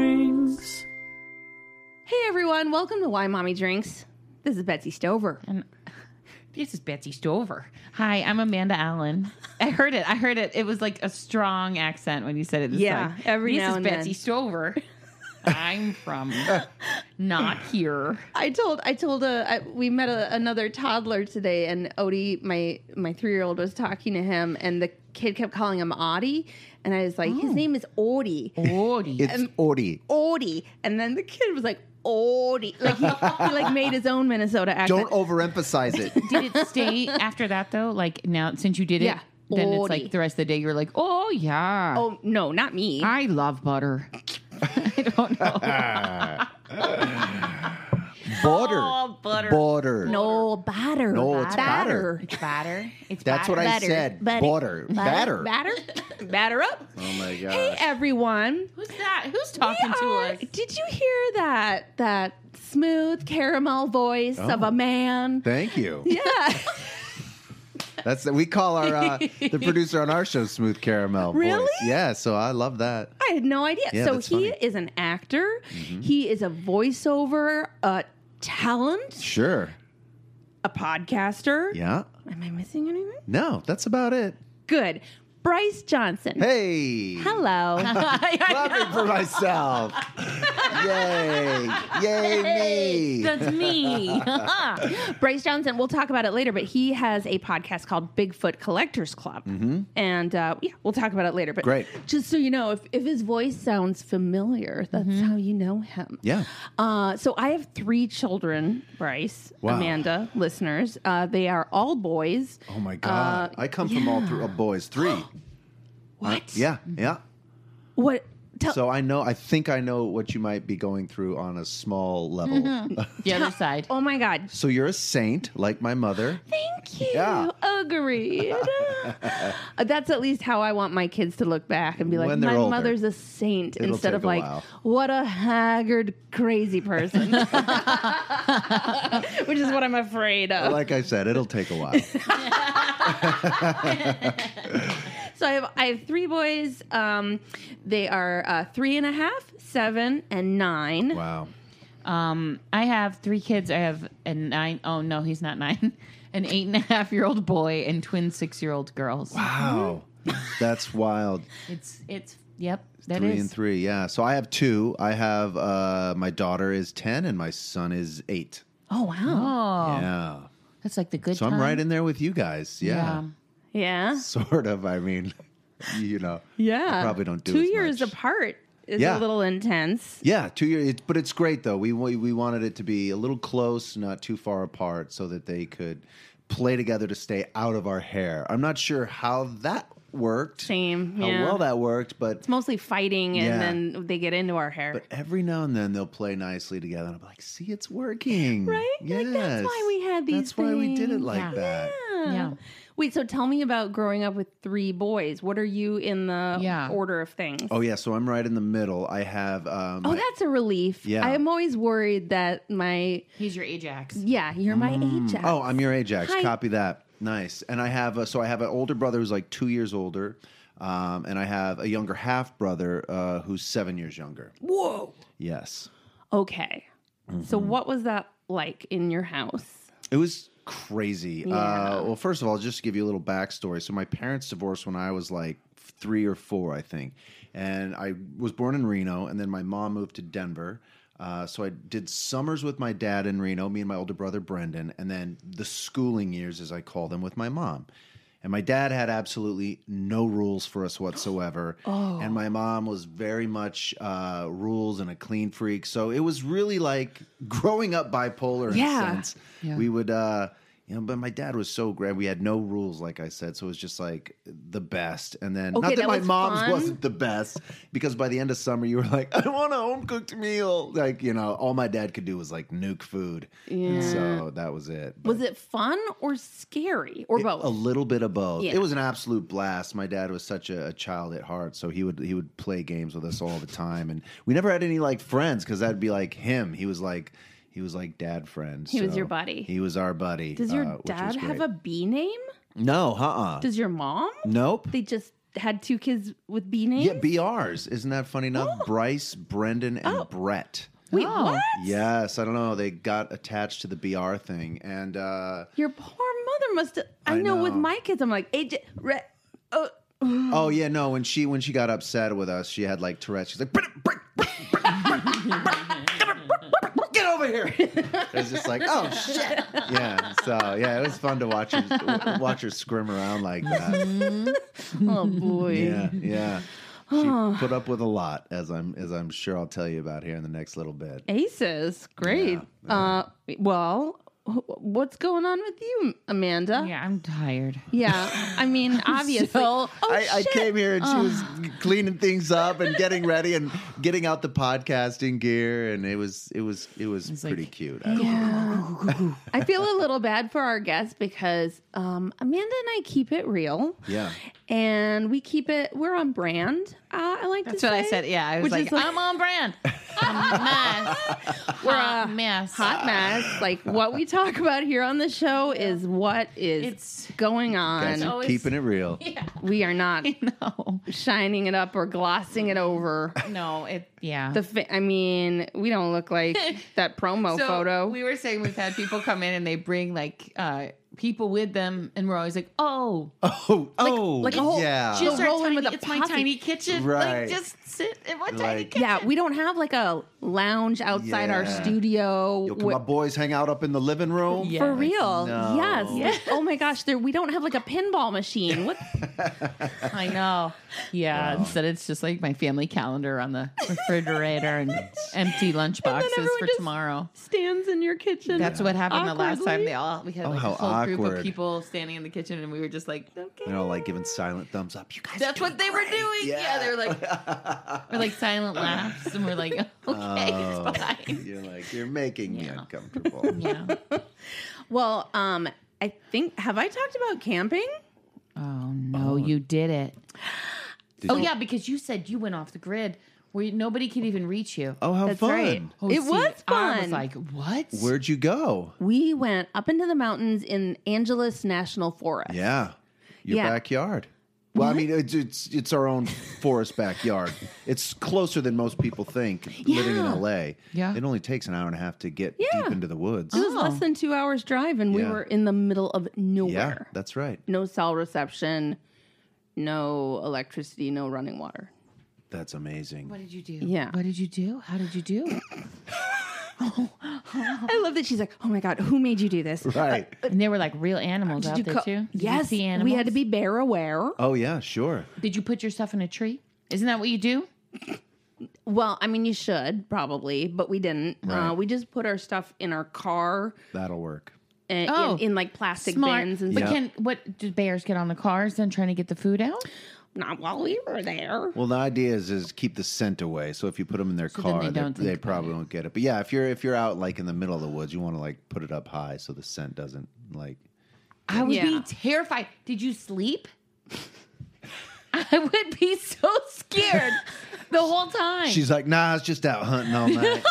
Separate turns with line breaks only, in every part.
drinks.
Hey everyone, welcome to Why Mommy Drinks. This is Betsy Stover.
And this is Betsy Stover. Hi, I'm Amanda Allen. I heard it. I heard it. It was like a strong accent when you said it. This
Yeah,
time.
every
this
now
is
and
Betsy
then.
Stover. I'm from not here.
I told I told a I, we met a, another toddler today, and Odie, my my three year old, was talking to him, and the kid kept calling him Odie, and I was like, his name is Odie,
Odie.
It's
Um,
Ori.
Odie, and then the kid was like Odie, like he, he like made his own Minnesota accent.
Don't overemphasize it.
did it stay after that though? Like now, since you did it,
Yeah.
then it's
Odie.
like the rest of the day you're like, oh yeah,
oh no, not me.
I love butter. I don't know.
Border.
Oh, butter.
Border.
no batter.
No, it's batter.
It's batter. It's
That's what
batter.
I said. Border. Batter.
Batter. Batter. Batter up.
Oh my gosh.
Hey everyone.
Who's that? Who's
We
talking to
are-
us?
Did you hear that that smooth caramel voice of
Oh.
a man?
Thank you.
yeah.
That's we call our uh, the producer on our show Smooth Caramel. voice.
Really?
Yeah, so I love that.
I had no idea.
Yeah,
so
that's
he
funny. Mm-hmm.
is an actor. He is a voiceover uh, talent,
Sure.
a podcaster.
Yeah.
Am I missing anything?
No, that's about it.
Good. Bryce Johnson.
Hey.
Hello.
Clapping for myself. Yay. Yay me.
That's me.
Bryce Johnson, we'll talk about it later, but he has a podcast called Bigfoot Collectors Club. And uh, yeah, we'll talk about it later. But
Mm-hmm. Great.
just so you know, if, if his voice sounds familiar, that's how you know him.
Yeah.
Uh, so I have three children, Bryce,
Wow.
Amanda, listeners. Uh, they are all boys.
Oh my god. I come from all three uh, boys. Three.
What?
yeah. Yeah.
What? Tell,
So I know I think I know what you might be going through on a small level. Uh,
the other side.
oh my God.
So you're a saint like my mother.
Thank you.
Yeah.
Agreed. Uh, That's at least how I want my kids to look back and be like,
When they're
my
older.
mother's a saint
It'll
instead
take
of
a
like,
while.
what a haggard, crazy person. Which is what I'm afraid of.
Like I said, it'll take a while.
so I have I have three boys. Um, they are uh, three and a half, seven, and nine.
Wow.
Um, I have three kids. I have a nine oh no, he's not nine. An eight and a half year old boy and twin six year old girls.
Wow. That's wild.
It's it's yep. That is
three and three, yeah. So I have two. I have uh my daughter is ten and my son is eight.
Oh wow.
Oh,
Yeah.
that's like the good.
So
time.
I'm right in there with you guys. Yeah.
Yeah.
Sort of. I mean, you know.
Yeah.
I probably don't do
two
as
years
much.
apart is
Yeah.
a little intense.
Yeah, two years, it, but it's great though. We, we we wanted it to be a little close, not too far apart, so that they could play together to stay out of our hair. I'm not sure how that worked,
Same.
how
yeah.
Oh, well that worked, but
It's mostly fighting, and
Yeah.
then they get into our hair.
but every now and then they'll play nicely together, and I'm like, see, it's working,
Right? Like, that's why
Yes.
we had these
That's why we did it
things.
like
Yeah.
that.
Yeah.
Yeah.
Wait, so tell me about growing up with three boys. What are you in the
Yeah.
order of things?
Oh yeah, so I'm right in the middle. I have um,
Oh,
my-
that's a relief.
Yeah.
I am always worried that my
He's your Ajax.
yeah, you're my Ajax.
Oh, I'm your Ajax.
Hi.
Copy that. Nice. And I have a, so I have an older brother who's like two years older, um, and I have a younger half brother uh, who's seven years younger.
Whoa.
Yes,
Okay. So
Mm-hmm.
what was that like in your house?
it was crazy. Uh, well, first of all, just to give you a little backstory. So my parents divorced when I was like three or four, I think, and I was born in Reno, and then my mom moved to Denver. Uh, so I did summers with my dad in Reno, me and my older brother Brendan, and then the schooling years, as I call them, with my mom. And my dad had absolutely no rules for us whatsoever. And my mom was very much uh, rules and a clean freak. So it was really like growing up bipolar in
Yeah.
a sense. We would, uh, you know, but my dad was so great. We had no rules, like I said. So it was just like the best. And then,
Okay,
not that,
that
my
was
mom's
fun.
wasn't the best, because by the end of summer, you were like, I want a home cooked meal. Like, you know, all my dad could do was like nuke food. And so that was it. But-
Was it fun or scary or both?
a little bit of both.
Yeah.
It was an absolute blast. My dad was such a, a child at heart, so he would he would play games with us all the time, and we never had any like friends because that'd be like him. He was like he was like dad friend.
He was
so
your buddy.
He was our buddy.
Does your
uh, which was
dad have a
great.
B name?
no? Uh. uh
Does your mom?
Nope.
They just had two kids with B names?
Yeah, BRs. Isn't that funny enough?
Oh.
Bryce, Brendan, and Brett.
Wait,
Oh.
what?
Yes, I don't know. They got attached to the BR thing, and uh,
Your poor mother must. I,
I
know, with
know.
my kids, I'm like AJ. Re, oh,
oh yeah, no. When she when she got upset with us, she had like Tourette's. She's like, get over here. It was just like, oh shit. Yeah. So yeah, it was fun to watch her watch her scrim around like that.
oh boy.
Yeah, yeah.
Oh.
She put up with a lot, as I'm as I'm sure I'll tell you about here in the next little bit.
Aces, great. Uh, well, wh- what's going on with you, Amanda?
Yeah, I'm tired.
Yeah, I mean, obviously.
so-
oh
I, I
shit!
came here and she was cleaning things up and getting ready and getting out the podcasting gear and it was it was it was
like-
pretty cute. I don't know.
Yeah. I feel a little bad for our guest because um, Amanda and I keep it real.
Yeah.
And we keep it. We're on brand. Uh, I like
That's
to
what I
say.
said. Yeah, I was
Which
like,
is like-
I'm on brand. I'm a mess. We're a mess.
Hot mess. Like what we talk about here on the show is what is
It's-
going
Guys,
on.
you're
always-
keeping it real.
we are not
No,
shining it up or glossing it over.
no, it. Yeah.
The fa- I mean, we don't look like that promo
so
photo.
We were saying we've had people come in and they bring like uh, people with them, and we're always like, oh,
Oh, oh,
like a whole-
yeah.
just-
just our
roll in
tiny,
with a
it's my
puffy-
tiny kitchen.
Right.
Like, just sit in my tiny
Like-
kitchen.
yeah, we don't have like a lounge outside our
Yeah.
studio.
Yo, can
wh-
my boys hang out up in the living room?
Yeah.
For real,
No.
yes. Oh my gosh, there we don't have like a pinball machine. What?
I know. Yeah. Instead, it's just like my family calendar on the refrigerator and empty lunch boxes
everyone
for
just-
tomorrow.
stands in your kitchen.
That's what happened the last time.
Awkwardly.
They all we had
Oh,
like
how
a whole group
awkward.
of people standing in the kitchen, and we were just like, okay.
You know, like giving silent thumbs up. You guys
That's what they were doing. Yeah,
Yeah.
they were like, we're like silent laughs, and we're like, okay,
Oh.
it's fine.
You're like, you're making me
Yeah.
uncomfortable.
Yeah.
Well, um, I think have I talked about camping?
Oh no, you did it.
Did
oh
you-
yeah, because you said you went off the grid where nobody could even reach you.
Oh, how
That's
fun.
right.
Oh,
It
see,
was
I was
fun.
like, what?
Where'd you go?
We went up into the mountains in Angeles National Forest.
Yeah. Your
Yeah.
backyard. Well, I mean, it's, it's it's our own forest backyard. It's closer than most people think. Living in
Yeah.
LA,
Yeah.
it only takes an hour and a half to get
Yeah.
deep into the woods.
It was
Oh.
less than two hours drive, and we
Yeah.
were in the middle of
yeah,
nowhere.
that's right.
No cell reception, no electricity, no running water.
That's amazing.
What did you do?
Yeah.
What did you do? How did you do? Uh-huh.
I love that she's like, "Oh my god, who made you do this?"
Right?
and there were like real animals out
You
there
co-
too. Did
yes,
You see animals?
we had to be bear aware.
Oh yeah, sure.
Did you put your stuff in a tree? Isn't that what you do?
Well, I mean, you should probably, but we didn't.
Right.
Uh, we just put our stuff in our car
That'll work.
and
Oh.
in, in like plastic bins and
but
Yeah.
stuff.
can what did bears get on the cars then trying to get the food out?
Not while we were there.
Well, the idea is is keep the scent away. So if you put them in their
then
car,
they
they,
don't
they,
think about
probably won't get it. But yeah, if you're if you're out like in the middle of the woods, you want to like put it up high so the scent doesn't like.
I would
Yeah.
be terrified. Did you sleep? I would be so scared the whole time.
She's like, nah, I was just out hunting all night.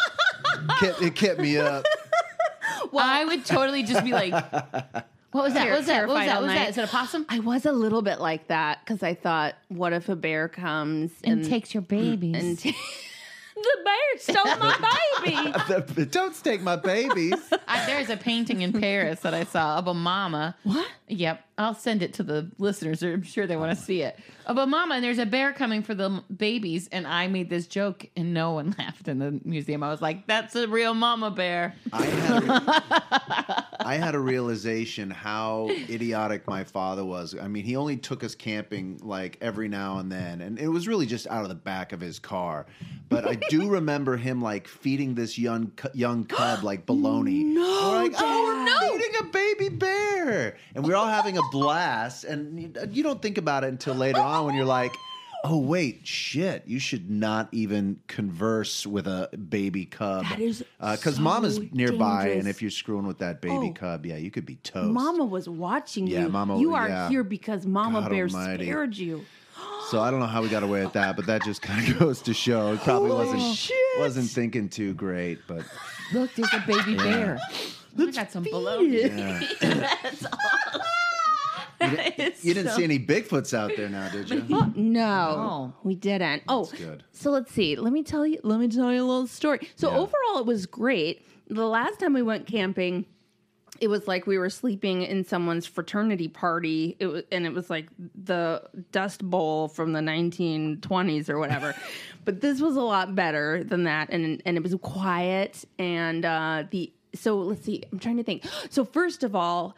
kept, it kept me up.
I would totally just be like, "What was that? What was that? What was
Terrified
that?
all
What was
night.
that? Is it a possum?"
I was a little bit like that because I thought, what if a bear comes
And,
and,
takes your babies.
and ta- the bear stole my baby?
Don't take my babies.
I, there's a painting in Paris that I saw of a mama. What? Yep. I'll send it to the listeners. I'm sure they want to see it. Of a mama, and there's a bear coming for the m- babies. And I made this joke, and no one laughed in the museum. I was like, that's a real mama bear.
I had, a, I had a realization how idiotic my father was. I mean, he only took us camping like every now and then, and it was really just out of the back of his car. But I do remember him like feeding this young cu- young cub like bologna. no, we're like, oh, we're feeding a baby bear, and we're all having a blast. And you- you don't think about it until later on when you're like. Oh wait, shit! You should not even converse with a baby cub. Uh,
That is
because
so
mom is nearby,
Oh, dangerous.
and if you're screwing with that baby
Oh.
cub, yeah, you could be toast.
Mama was watching
Yeah,
you.
Mama-
you are
yeah.
here because Mama
God
Bear
almighty.
spared you.
So I don't know how we got away with that, but that just kind of goes to show it probably
Holy
wasn't
shit.
wasn't thinking too great. But
Look, there's a baby bear. I got some bologna.
yeah.
That's all. It's
You didn't
so-
see any Bigfoots out there now, did you?
No, we didn't. Oh,
That's good.
so let's see. Let me tell you. Let me tell you a little story. So
Yeah.
overall, it was great. The last time we went camping, it was like we were sleeping in someone's fraternity party. It was, and it was like the Dust Bowl from the 1920s or whatever. but this was a lot better than that, and and it was quiet and uh, the. So let's see. I'm trying to think. So first of all,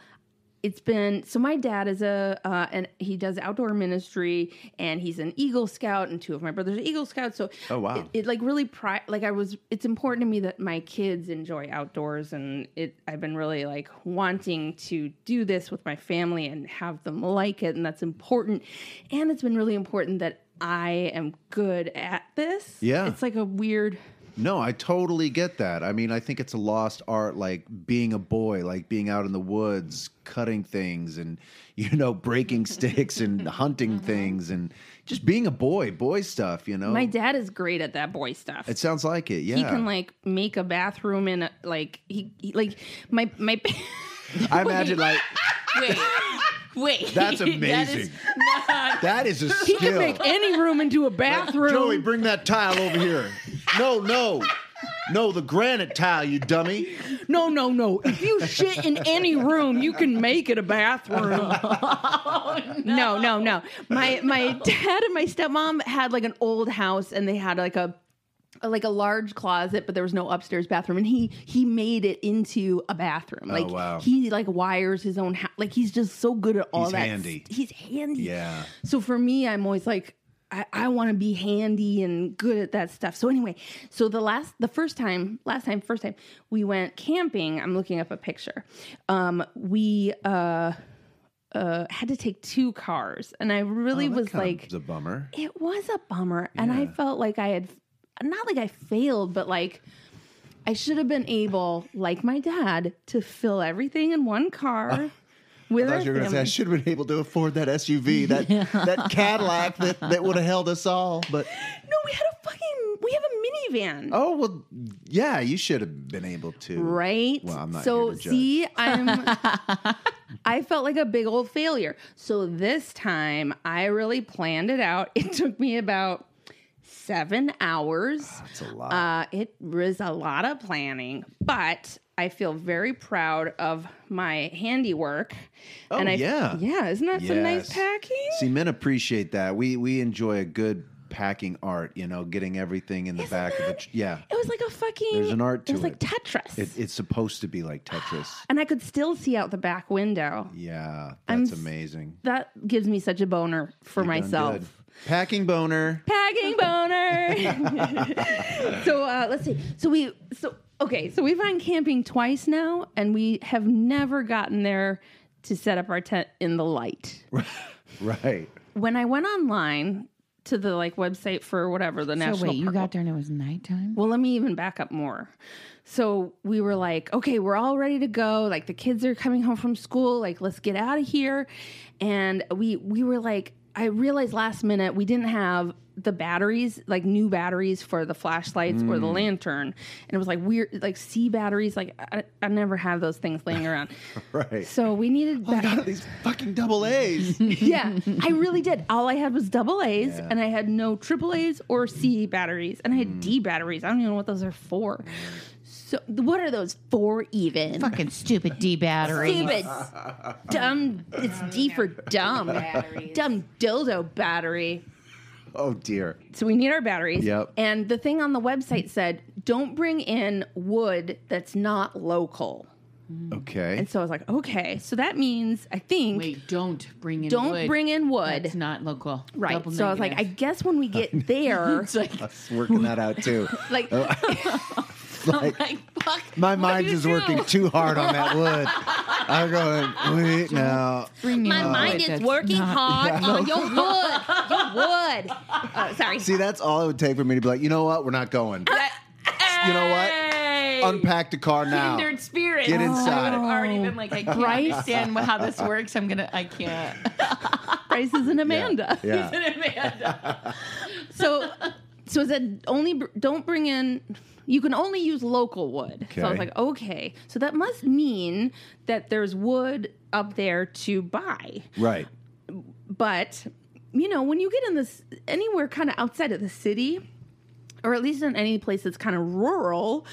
it's been so my dad is a uh, and he does outdoor ministry and he's an eagle scout and two of my brothers are eagle scouts so
Oh, wow.
it, it like really pri- like i was it's important to me that my kids enjoy outdoors and it i've been really like wanting to do this with my family and have them like it and that's important and it's been really important that i am good at this
Yeah.
it's like a weird
No, I totally get that. I mean, I think it's a lost art, like being a boy, like being out in the woods, cutting things and, you know, breaking sticks and hunting things and just being a boy, boy stuff, you know?
Mm-hmm. my dad is great at that boy stuff
it sounds like it, yeah.
he can like make a bathroom in a, like he, he like my my
I imagine, like,
Wait, wait.
That's
That
amazing.
is not-
that is a
he can
skill.
make any room into a bathroom.
Joey, bring that tile over here. No, no. No, the granite tile, you dummy.
No, no,
Oh.
no. If you shit in any room, you can make it a bathroom. no. no, no, My my dad and my stepmom had like an old house and they had like a like a large closet, but there was no upstairs bathroom, and he he made it into a bathroom. Like
Oh, wow.
he like wires his own house. Like he's just so good at all
He's
that.
handy.
st- He's handy.
Yeah.
So for me, I'm always like, I, I want to be handy and good at that stuff. So anyway, so the last, the first time, last time, first time we went camping, I'm looking up a picture. Um, we uh, uh, had to take two cars, and I really
Oh, That
was
kinda
like,
is a bummer.
it was a bummer, and I
Yeah.
felt like I had, not like I failed, but like. I should have been able, like my dad, to fill everything in one car. with
I thought
our
you were going to say I
family.
should have been able to afford that SUV, that that Cadillac that, that would have held us all. But
No, we had a fucking we have a minivan.
oh well, yeah, you should have been able to.
Right.
Well, I'm not
so
here to judge.
see, I'm I felt like a big old failure. So this time I really planned it out. It took me about seven hours.
It's Ah, a lot.
Uh, it was a lot of planning, but I feel very proud of my handiwork.
Oh,
I,
yeah.
yeah, isn't that some nice
Yes.
packing?
See, men appreciate that. We we enjoy a good packing art. You know, getting everything in the back of the tr- yeah.
It was like a fucking.
There's an art
It was
to
like
it.
Tetris,
It, it's supposed to be like Tetris.
and I could still see out the back window.
Yeah,
I'm
that's
s-
amazing.
That gives me such a boner for
You're doing
myself.
good. Packing boner.
Packing boner. so uh, let's see. So we so okay. So we've gone camping twice now, and we have never gotten there to set up our tent in the light.
Right.
When I went online to the like website for whatever the
So
national
Oh, wait, you
park-
got there and it was nighttime.
well, let me even back up more. So we were like, okay, we're all ready to go. Like the kids are coming home from school. Like let's get out of here. And we we were like, I realized last minute we didn't have the batteries, like new batteries for the flashlights or the lantern. And it was like weird, like C batteries. Like I, I never have those things laying around.
Right.
So we needed.
Oh my
bat-
God, these fucking double A's.
yeah, I really did. All I had was double A's,
Yeah.
and I had no triple A's or C batteries, and I had
Mm.
D batteries. I don't even know what those are for. So, what are those for even?
Fucking stupid D battery.
Stupid, dumb. It's D for dumb. Dumb dildo battery.
oh dear.
So we need our batteries.
Yep.
And the thing on the website said, "Don't bring in wood that's not local."
Okay.
And so I was like, "Okay." So that means I think
Wait, don't bring in.
don't
wood.
bring in wood.
That's not local.
Right.
Double
so I was like, I
negative.
guess when we get there,
It's like,
It's working that out too.
like
Oh.
I'm like, fuck.
My
what do
mind
you
is
do?
working too hard on that wood. I'm going, wait now.
Bring in
my
wood
mind is
that's
working
not-
hard on your wood, your wood. Oh, sorry.
See, that's all it would take for me to be like, you know what? We're not going. You know what?
Hey!
Unpack the car now.
Kindred spirit.
Get
I
inside.
would have already been like, I can't
Bryce?
understand how this works. I'm gonna, I can't.
Bryce is an
Yeah,
Amanda.
Yeah.
Amanda.
So, so it said only br- don't bring in You can only use local wood. So I was
Okay.
like, okay. So that must mean that there's wood up there to buy.
Right.
But, you know, when you get in this anywhere kind of outside of the city, or at least in any place that's kind of rural,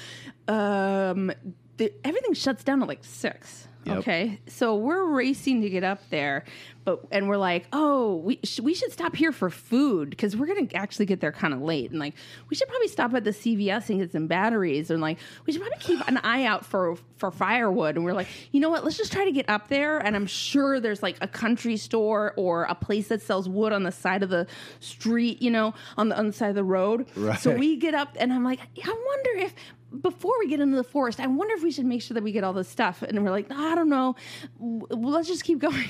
um, the, everything shuts down at like six.
Yep.
Okay, so we're racing to get up there, but and we're like, oh, we sh- we should stop here for food because we're gonna actually get there kind of late, and like we should probably stop at the CVS and get some batteries, and like we should probably keep an eye out for for firewood, and we're like, you know what, let's just try to get up there, and I'm sure there's like a country store or a place that sells wood on the side of the street, you know, on the on the side of the road, so
Right.
we we get up and I'm like, I wonder if before we get into the forest, I wonder if we should make sure that we get all this stuff. And we're like, I don't know. W- well, let's just keep going.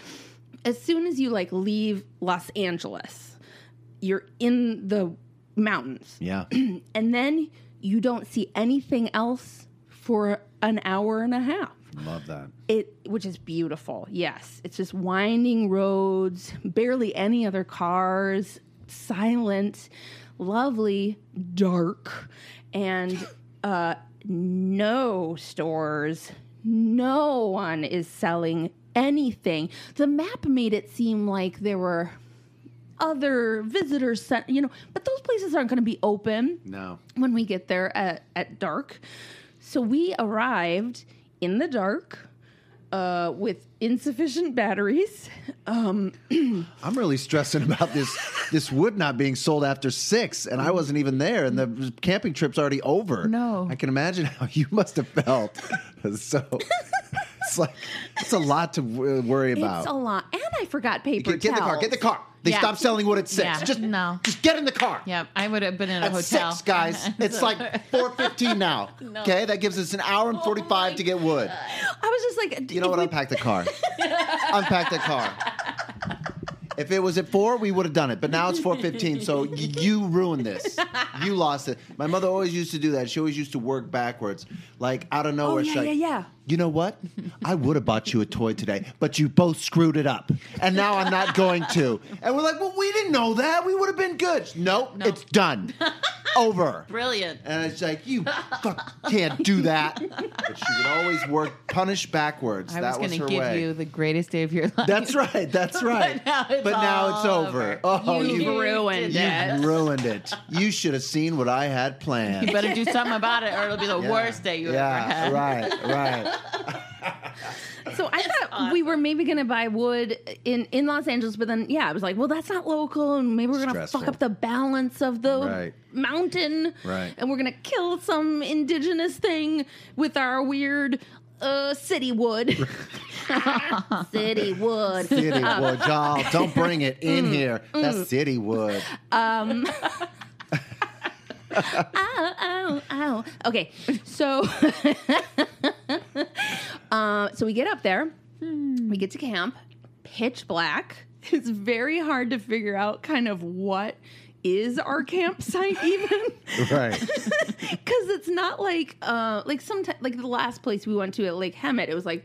As soon as you like leave Los Angeles, you're in the mountains
Yeah.
and then you don't see anything else for an hour and a half.
Love that.
It which is beautiful. Yes, it's just winding roads, barely any other cars, silent, lovely, dark, and uh no stores. No one is selling anything. The map made it seem like there were other visitors sent, you know, but those places aren't going to be open
No.
when we get there at, at dark. So we arrived in the dark uh, with insufficient batteries. Um,
I'm really stressing about this this wood not being sold after six, and I wasn't even there, and the camping trip's already over.
No.
I can imagine how you must have felt. so it's like it's a lot to w- uh, worry about.
it's a lot. And I forgot paper
get, get the car.
towels.
Get the car. They
Yeah.
stopped selling wood at six.
Yeah.
Just
No.
Just get in the car.
Yep, I would have been in a
At
hotel.
six, guys. It's like four fifteen now. Okay, that gives us an hour and forty five to get wood.
I was just like,
You know what? Unpack the car. Unpack the car. If it was at four, we would have done it. But now it's four fifteen, so y- you ruined this. You lost it. My mother always used to do that. She always used to work backwards, like out of nowhere.
Oh,
she's
yeah,
like,
yeah, yeah.
You know what? I would have bought you a toy today, but you both screwed it up, and now I'm not going to. And we're like, well, we didn't know that. We would have been good. No,
No.
it's done. Over.
Brilliant.
And it's like, you fuck can't do that. But she would always work, punish backwards.
I was
that was,
going to
her
give
way.
you the greatest day of your life.
That's right. That's right.
now it's all
over.
over.
Oh,
You
you, you,
ruined it.
did that.
ruined it. You should have seen what I had planned.
You better do something about it, or it'll be the
Yeah.
worst day you ever
Yeah,
had.
right, right.
So I thought we were maybe going to buy wood in in Los Angeles, but then yeah, I was like, well, that's not local, and maybe we're going to
Stressful.
fuck up the balance of the
Right.
mountain,
Right.
And we're going to kill some indigenous thing with our weird uh, city wood, city wood.
City wood, y'all. Don't bring it in
Mm,
here. That's city wood.
ow, ow, ow. Okay, so uh, so we get up there, we get to camp, pitch black. It's very hard to figure out kind of what is our campsite even.
Right.
because it's not like uh like sometimes like the last place we went to at Lake Hemet, it was like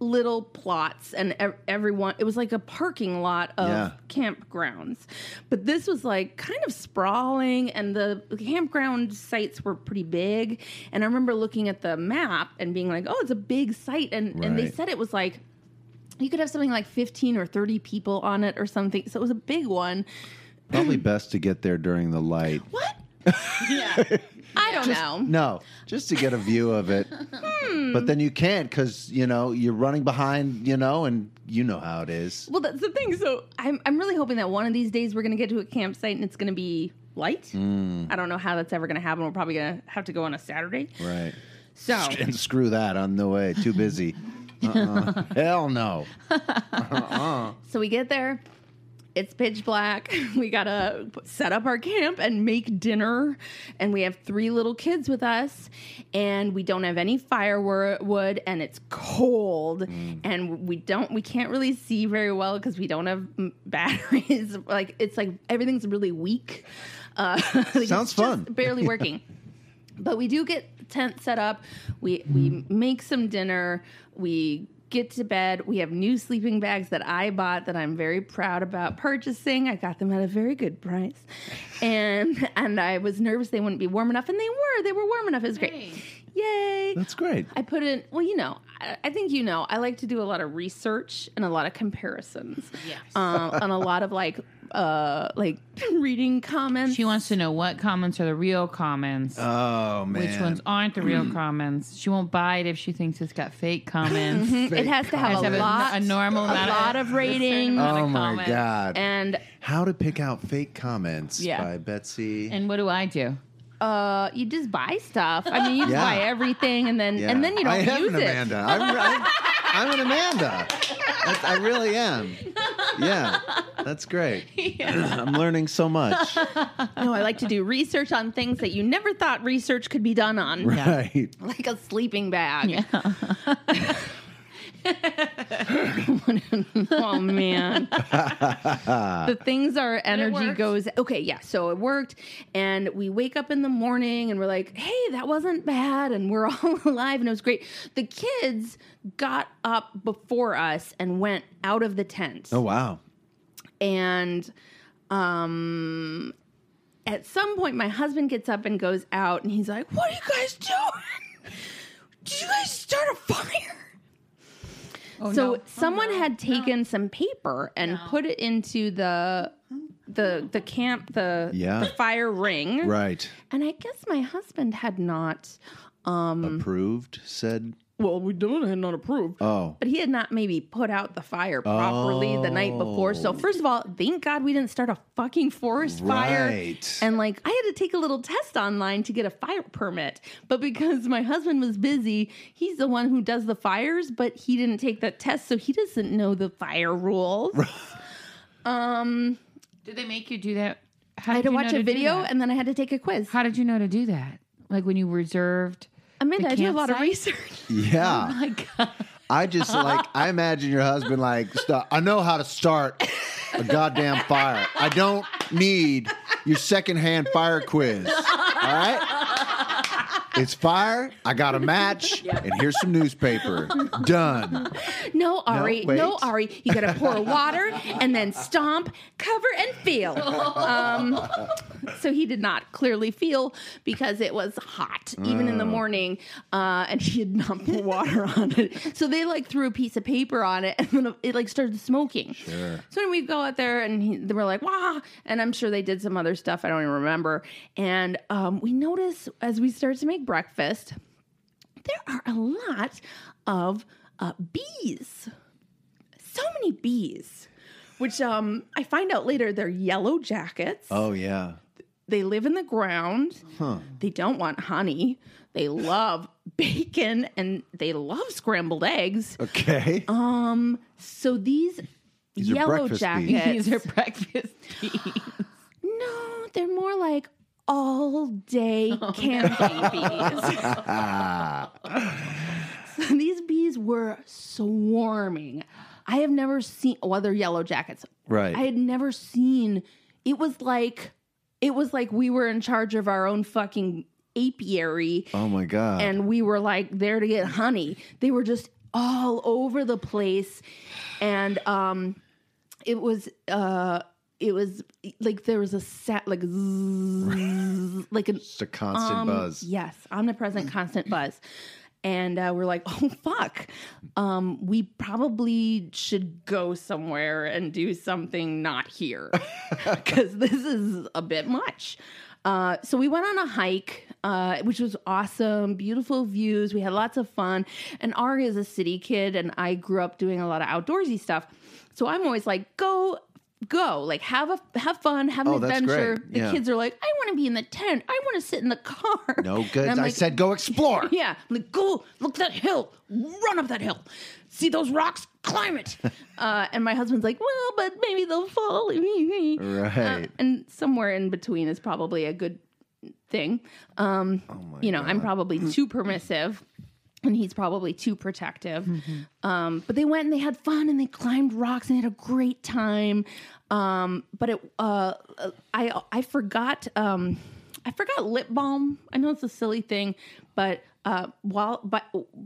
little plots and ev- everyone it was like a parking lot of
Yeah.
campgrounds but this was like kind of sprawling and the campground sites were pretty big and i remember looking at the map and being like oh it's a big site and and they
Right.
said it was like you could have something like 15 or 30 people on it or something so it was a big one
Probably best to get there during the light.
what
Yeah.
i don't know
No, just to get a view of it.
Hmm.
But then you can't because, you know, you're running behind, you know, and you know how it is.
Well, that's the thing. So I'm I'm really hoping that one of these days we're going to get to a campsite and it's going to be light. I don't know how that's ever going to happen. We're probably going to have to go on a Saturday.
Right.
So
And screw that on the way. Too busy. Uh-uh. Hell no.
so we get there. It's pitch black. We got to set up our camp and make dinner. And we have three little kids with us. And we don't have any firewood. And it's cold.
Mm.
And we don't, we can't really see very well because we don't have mm, batteries. like, it's like everything's really weak. Uh, like, it's
Sounds fun.
just Barely working.
Hmm.
But we do get the tent set up. We we make some dinner. We get to bed. We have new sleeping bags that I bought that I'm very proud about purchasing. I got them at a very good price. And and I was nervous they wouldn't be warm enough and they were. They were warm enough. It was great.
Nice.
Yay.
That's great.
I put in, well, you know, I, I think you know, I like to do a lot of research and a lot of comparisons.
Yes.
Um, and a lot of like, uh, like reading comments.
She wants to know what comments are the real comments,
Oh man.
which ones aren't the real comments. She won't buy it if she thinks it's got fake comments. It
it has to have
has to
a
have
lot,
a normal,
a lot of ratings.
amount
Oh
of
my
comments.
god.
and
How to pick out fake comments
Yeah.
by Betsy.
And what do I do?
uh, you just buy stuff. I mean, you just
Yeah.
buy everything, and then
Yeah.
and then you don't
I am
use
an
it.
Amanda. I'm, I'm, I'm an Amanda. That's, I really am. Yeah, that's great. I'm learning so much.
No, Oh, I like to do research on things that you never thought research could be done on,
Right.
like a sleeping bag.
Yeah.
oh man the things our energy
worked.
goes okay yeah so it worked and we wake up in the morning and we're like hey that wasn't bad and we're all alive and it was great the kids got up before us and went out of the tent
Oh wow.
and um at some point my husband gets up and goes out and he's like what are you guys doing did you guys start a fire so someone had taken some paper and put it into the the the camp the,
Yeah.
the fire ring
Right.
and i guess my husband had not
Approved. Said.
well we don't had not approved
Oh.
but he had not maybe put out the fire properly the night before so
Oh.
first of all thank god we didn't start a fucking forest fire
Right.
and like i had to take a little test online to get a fire permit but because my husband was busy he's the one who does the fires but he didn't take that test so he doesn't know the fire rules
Did they make you do that? How
I had
did
to
you
watch
know
a
do
video
that?
and then I had to take a quiz.
How did you know to do that? Like when you reserved?
Amanda,
the
I do a lot of
campsite?
research.
yeah.
My God.
I just like I imagine your husband like st- I know how to start a goddamn fire. I don't need your secondhand fire quiz. All right, it's fire. I got a match, and here's some newspaper. Done.
No, Ari, no,
wait.
Ari. You gotta pour water and then stomp, cover, and feel. Um, so he did not clearly feel because it was hot, even in the morning, uh, and he had not put water on it. So they like threw a piece of paper on it, and then it like started smoking.
Sure.
So then we go out there and he, they were like, "Wow!" And I'm sure they did some other stuff I don't even remember. And um, we notice as we start to make breakfast, there are a lot of uh, bees. So many bees, which um, I find out later they're yellow jackets.
Oh yeah.
They live in the ground.
Huh.
They don't want honey. They love bacon and they love scrambled eggs.
Okay.
Um, so these,
These are
yellow
breakfast
jackets.
bees.
These are breakfast bees.
No, they're more like all day camping
Ah.
bees. These bees were swarming. I have never seen, well, they're yellow jackets.
Right.
I had never seen, it was like, it was like we were in charge of our own fucking apiary
oh my god.
and we were like there to get honey. They were just all over the place, and um, it was uh, it was like there was a set like zzzz, like an
it's a constant
um,
buzz.
Yes, omnipresent, constant buzz. And uh, we're like, oh fuck, um, we probably should go somewhere and do something not here because this is a bit much. Uh, so we went on a hike, uh, which was awesome, beautiful views. We had lots of fun. And Ari is a city kid, and I grew up doing a lot of outdoorsy stuff. So I'm always like, go, go, like have a have fun, have an
Oh, that's great.
adventure. The
Yeah.
kids are like, I want to be in the tent. I want to sit in the car.
No
And
good.
I'm
I
like,
said go explore.
yeah. I'm like, go look that hill. Run up that hill. See those rocks? Climb it. uh, and my husband's like, well, but maybe they'll fall.
Right.
Uh, and somewhere in between is probably a good thing. Um,
Oh my
you know, I'm probably too permissive. And he's probably too protective.
Mm-hmm.
Um, but they went and they had fun and they climbed rocks and they had a great time. Um, but it, uh, I, I uh, forgot um, I forgot lip balm. I know it's a silly thing, but uh, while by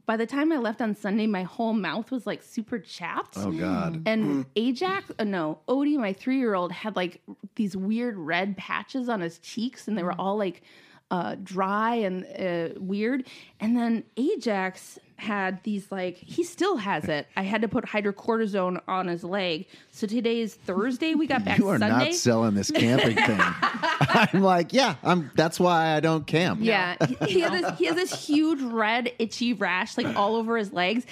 by the time I left on Sunday, my whole mouth was like super chapped.
Oh God.
And Ajax, uh, no, Odie, my three year old, had like these weird red patches on his cheeks, and they were all like uh, dry and uh, weird. And then Ajax had these like, he still has it. I had to put hydrocortisone on his leg. So today is Thursday. We got back
You are
Sunday.
not selling this camping thing. I'm like, yeah, I'm. That's why I don't camp.
Yeah, he, he has this, he has this huge red itchy rash like all over his legs.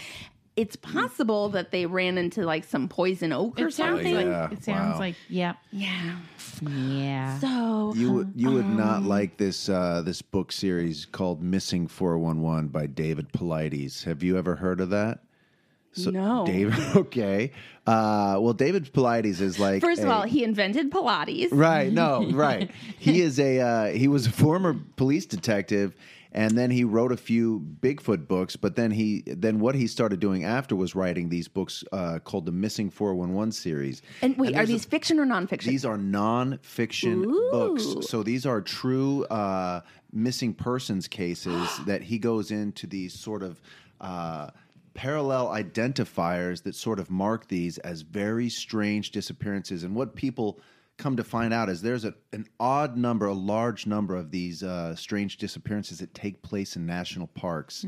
It's possible that they ran into like some poison oak or
It sounds
something.
like
Yeah,
it sounds
wow.
like yep,
yeah.
yeah.
So
You would you would
Um,
not like this uh, this book series called Missing 411 by David Pilates. Have you ever heard of that?
no.
David, okay. Uh, well, David Pilates is like
First of
a-
all, he invented Pilates.
Right. No. Right. he is a uh, he was a former police detective, and then he wrote a few Bigfoot books. But then he then what he started doing after was writing these books uh, called the Missing Four One One series.
And wait, are
there's a-
these fiction or nonfiction?
These are non-fiction
Ooh.
books, so these are true uh, missing persons cases that he goes into these sort of uh, parallel identifiers that sort of mark these as very strange disappearances. And what people come to find out is there's a, an odd number, a large number of these uh, strange disappearances that take place in national parks.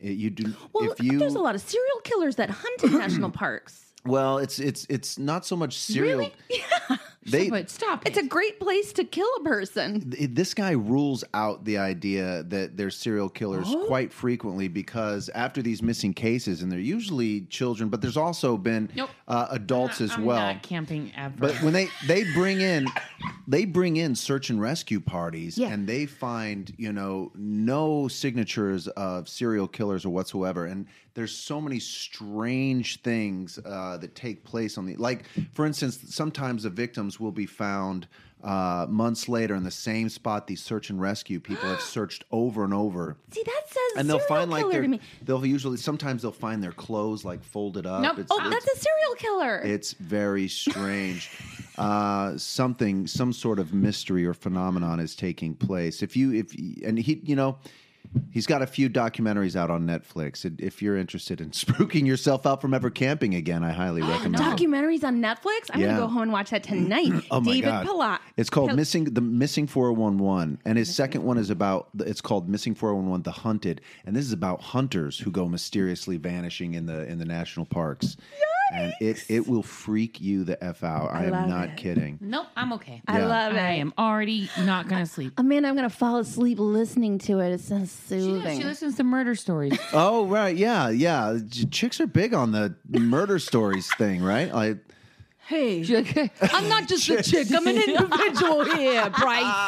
It- you do
well,
if you
there's a lot of serial killers that hunt in national parks.
well, it's it's it's not so much serial.
Really?
They,
but stop.
It's
it.
a great place to kill a person.
it- this guy rules out the idea that there's serial killers quite frequently because after these missing cases, and they're usually children, but there's also been
Nope.
uh, adults as
I'm
well.
Not camping ever.
But when they they bring in they bring in search and rescue parties
Yeah.
and they find, you know, no signatures of serial killers or whatsoever. And there's so many strange things uh, that take place on the like for instance, sometimes the victims will be found uh, months later in the same spot these search and rescue people have searched over and over.
See, that says
And they'll
serial
find
killer
like
to
their
me.
they'll usually sometimes they'll find their clothes like folded up.
Nope.
Oh, that's a serial killer.
It's very strange. uh, something, some sort of mystery or phenomenon is taking place. If you, if and he, you know, he's got a few documentaries out on Netflix. And If you're interested in spooking yourself out from ever camping again, I highly recommend. it.
Documentaries on Netflix. I'm
Yeah.
gonna go home and watch that tonight.
Oh my
David
God.
Pilat.
It's called Missing the Missing 411 and his second one is about it's called Missing 411 The Hunted and this is about hunters who go mysteriously vanishing in the in the national parks. And it it will freak you the f out. I,
love
am not
it.
kidding.
nope, I'm okay.
I
Yeah.
love it.
I am already not gonna sleep.
Oh, man, I'm gonna fall asleep listening to it. It's so
She,
soothing.
does, she listens to murder stories.
Oh right, yeah, yeah. Ch- Chicks are big on the murder stories thing, right? Like
hey,
She's like, I'm not just a chick. I'm an individual here, Bryce.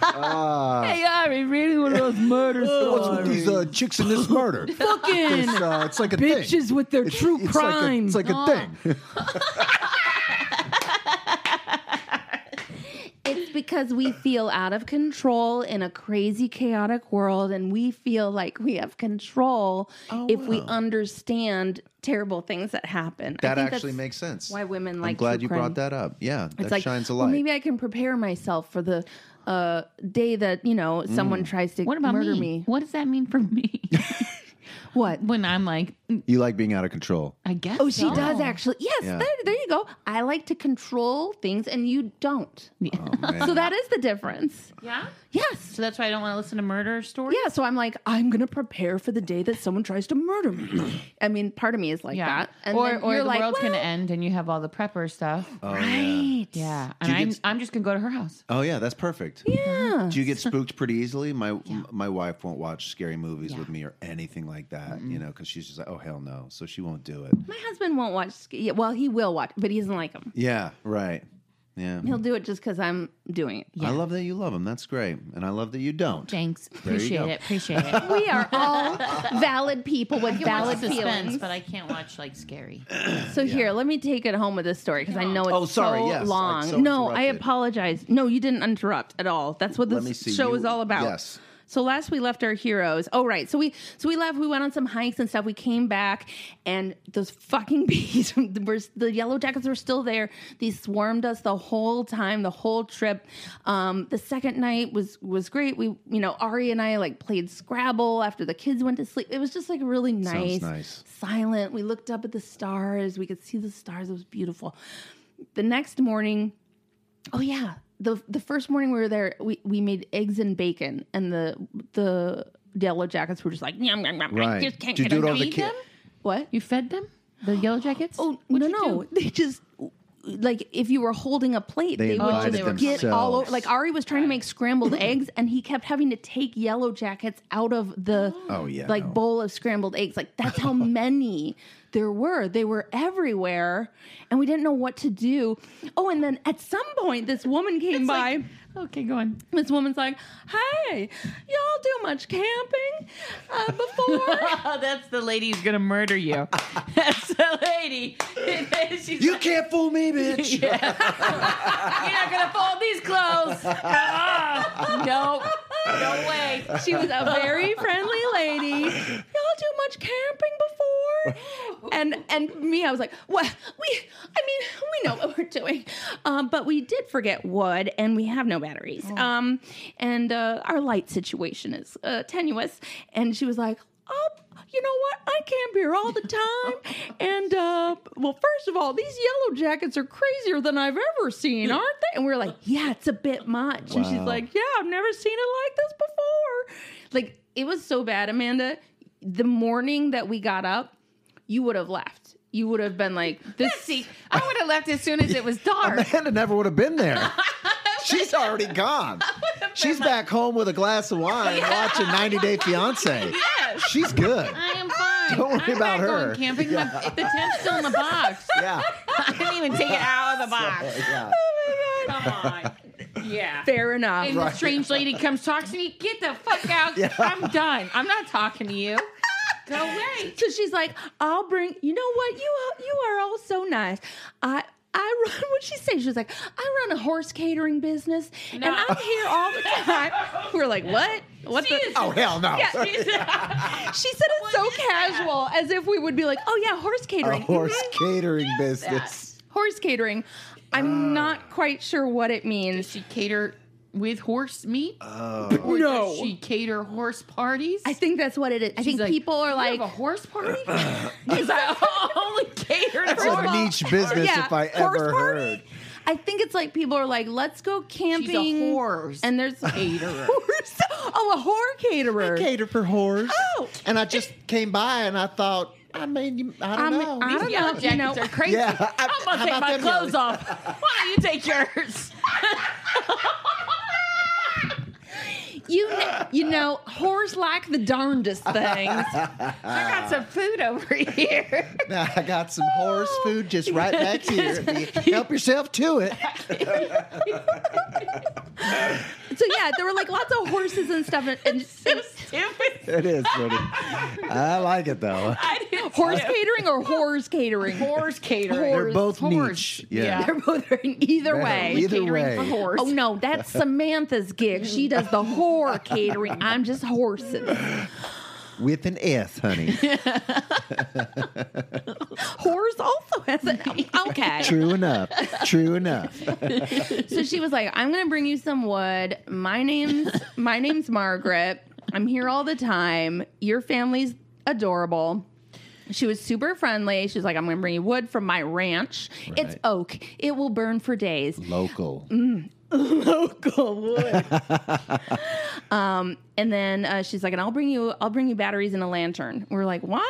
hey, Ari, really one of those murder
what's with these uh, chicks in this murder?
Fucking
It's, uh, it's like a thing.
bitches with their true
It's like a-
crime.
it's like a thing.
it's because we feel out of control in a crazy, chaotic world, and we feel like we have control
Oh,
if we understand terrible things that happen. I
That
think
actually
that's
makes sense.
why women
I'm
like
glad
true
you
crime.
brought that up. Yeah, that
It's like
shines a light.
Well, maybe I can prepare myself for the uh, day that you know someone
Mm.
tries to
what about
murder
me?
me.
What does that mean for me?
What?
when I'm like, mm,
You like being out of control.
I guess.
Oh, she
so.
does actually. Yes,
Yeah.
there, there you go. I like to control things, and you don't.
Oh, man.
So that is the difference.
Yeah.
Yes.
So that's why I don't want to listen to murder stories.
Yeah. So I'm like, I'm gonna prepare for the day that someone tries to murder me. I mean, part of me is like that, and
or
then
or
you're
the
like,
world's
well,
gonna end and you have all the prepper stuff.
oh,
right.
yeah. And
you
I'm
get-
I'm just gonna go to her house.
Oh yeah, that's perfect.
Yeah.
Do you get spooked pretty easily? My m- my wife won't watch scary movies with me or anything like that, you know, because she's just like, oh hell no, so she won't do it.
My husband won't watch. sk- yeah, Well, he will watch, but he doesn't like them.
Yeah, right. Yeah,
He'll do it just because I'm doing it.
I love that you love him. That's great, and I love that you don't.
Thanks.
you
Appreciate
go.
it. Appreciate it.
We are all valid people with valid feelings.
but I can't watch like scary.
So here, let me take it home with this story because I know it's
Oh, sorry,
so
yes, I
long.
so
no, I
interrupted.
apologize. No, you didn't interrupt at all. That's what
Let me
this
see.
show
you-
is all about.
Yes.
So last we left our heroes. Oh right. So we so we left. We went on some hikes and stuff. We came back, and those fucking bees were the yellow jackets were still there. They swarmed us the whole time, the whole trip. Um, the second night was was great. We you know Ari and I like played Scrabble after the kids went to sleep. It was just like really nice,
nice.
silent. We looked up at the stars. We could see the stars. It was beautiful. The next morning, Oh yeah. The the first morning we were there, we, we made eggs and bacon and the the yellow jackets were just like yum yum yum. I
Right.
just can't
Did you
get
do it
enough."
over the
Feed
ki-
them?
What?
You fed them? The yellow jackets?
Oh
What'd
no
you
no.
do?
They just like if you were holding a plate,
They
they, would
invited
just get
themselves.
all over. Like Ari was trying to make scrambled eggs, and he kept having to take yellow jackets out of the
Oh, yeah,
like
no.
bowl of scrambled eggs. Like that's how many there were. They were everywhere, and we didn't know what to do. Oh, and then at some point, this woman came
It's
by.
like- okay, go on.
This woman's like, "Hey, y'all do much camping uh, before?"
That's the lady who's gonna murder you. That's the lady. She's
You
like,
can't fool me, bitch.
You're not gonna fold these clothes. Ah, no, no way.
she was a very friendly lady. Y'all do much camping before? And and me, I was like, "What? We? I mean, we know what we're doing, um, but we did forget wood, and we have no batteries. Um, and uh, our light situation is uh, tenuous." And she was like. Oh, you know what? I camp here all the time. And, uh, well, first of all, these yellow jackets are crazier than I've ever seen, aren't they? And we are like, yeah, it's a bit much. And she's
Wow.
like, yeah, I've never seen it like this before. Like, it was so bad, Amanda. The morning that we got up, you would have left. You would have been like, this.
See, I would have left as soon as it was dark.
Amanda never would have been there. She's already gone. She's back home with a glass of wine watching 90 Day Fiance.
Yes.
She's good.
I am fine.
Don't worry
I'm
about
not
her.
Going camping. My- the tent's still in the box.
Yeah.
I didn't even take it out of the box.
yeah.
Come on. Yeah.
Fair enough.
And the strange lady comes talks to me. Get the fuck out. I'm done. I'm not talking to you. Go away.
So she's like, I'll bring. You know what? You are- you are all so nice. I. I run what she say. She was like, I run a horse catering business,
No.
and I'm here all the time. We're like, what? What the?
Jesus.
Oh, hell no.
Yeah, she said- she said it so casual, as if we would be like, "Oh yeah, horse
A
catering,
horse
Mhm.
catering business.
horse catering."
Ah.
I'm not quite sure what it means.
She cater with horse meat.
Oh.
Or
No.
does she cater horse parties?
I think that's what it is. I
She's
think people are
"You
like,
have a horse party. Because I only cater to
That's
horse
a niche business
Yeah,
if I
horse
ever
party?
heard.
I think it's like people are like, "Let's go camping."
She's a horse.
And there's
Caterer.
Horse. Oh, a whore caterer.
Cater for horse.
Oh,
And I just came by and I thought, I mean, you, I
I'm-
don't know.
I
these
don't
yellow
know,
jackets
you know.
are crazy.
Yeah, I-
I'm
how
gonna take
about
my
them
clothes
yellows?
off. Why don't you take yours?
you know, you know, whores like the darndest things.
I got some food over here.
Now, I got some horse food just right back here. If you help yourself to it.
so yeah, there were like lots of horses and stuff, and, and
Stupid.
It is funny. I like it though.
I didn't
horse
know.
catering or whores catering.
Horse catering.
They're both
Horse.
niche. Yeah.
They're both either way.
Either
catering
way.
for horse.
Oh no, that's Samantha's gig. She does the whore catering. I'm just horses.
With an S, honey.
Whores also has an okay.
True enough. True enough.
So she was like, "I'm gonna bring you some wood. My name's my name's Margaret. I'm here all the time. Your family's adorable." She was super friendly. She was like, "I'm gonna bring you wood from my ranch. It's
Right.
oak. It will burn for days."
Local. Oh,
Local wood. um, and then uh, she's like, "And I'll bring you I'll bring you batteries and a lantern." We're like, "What?"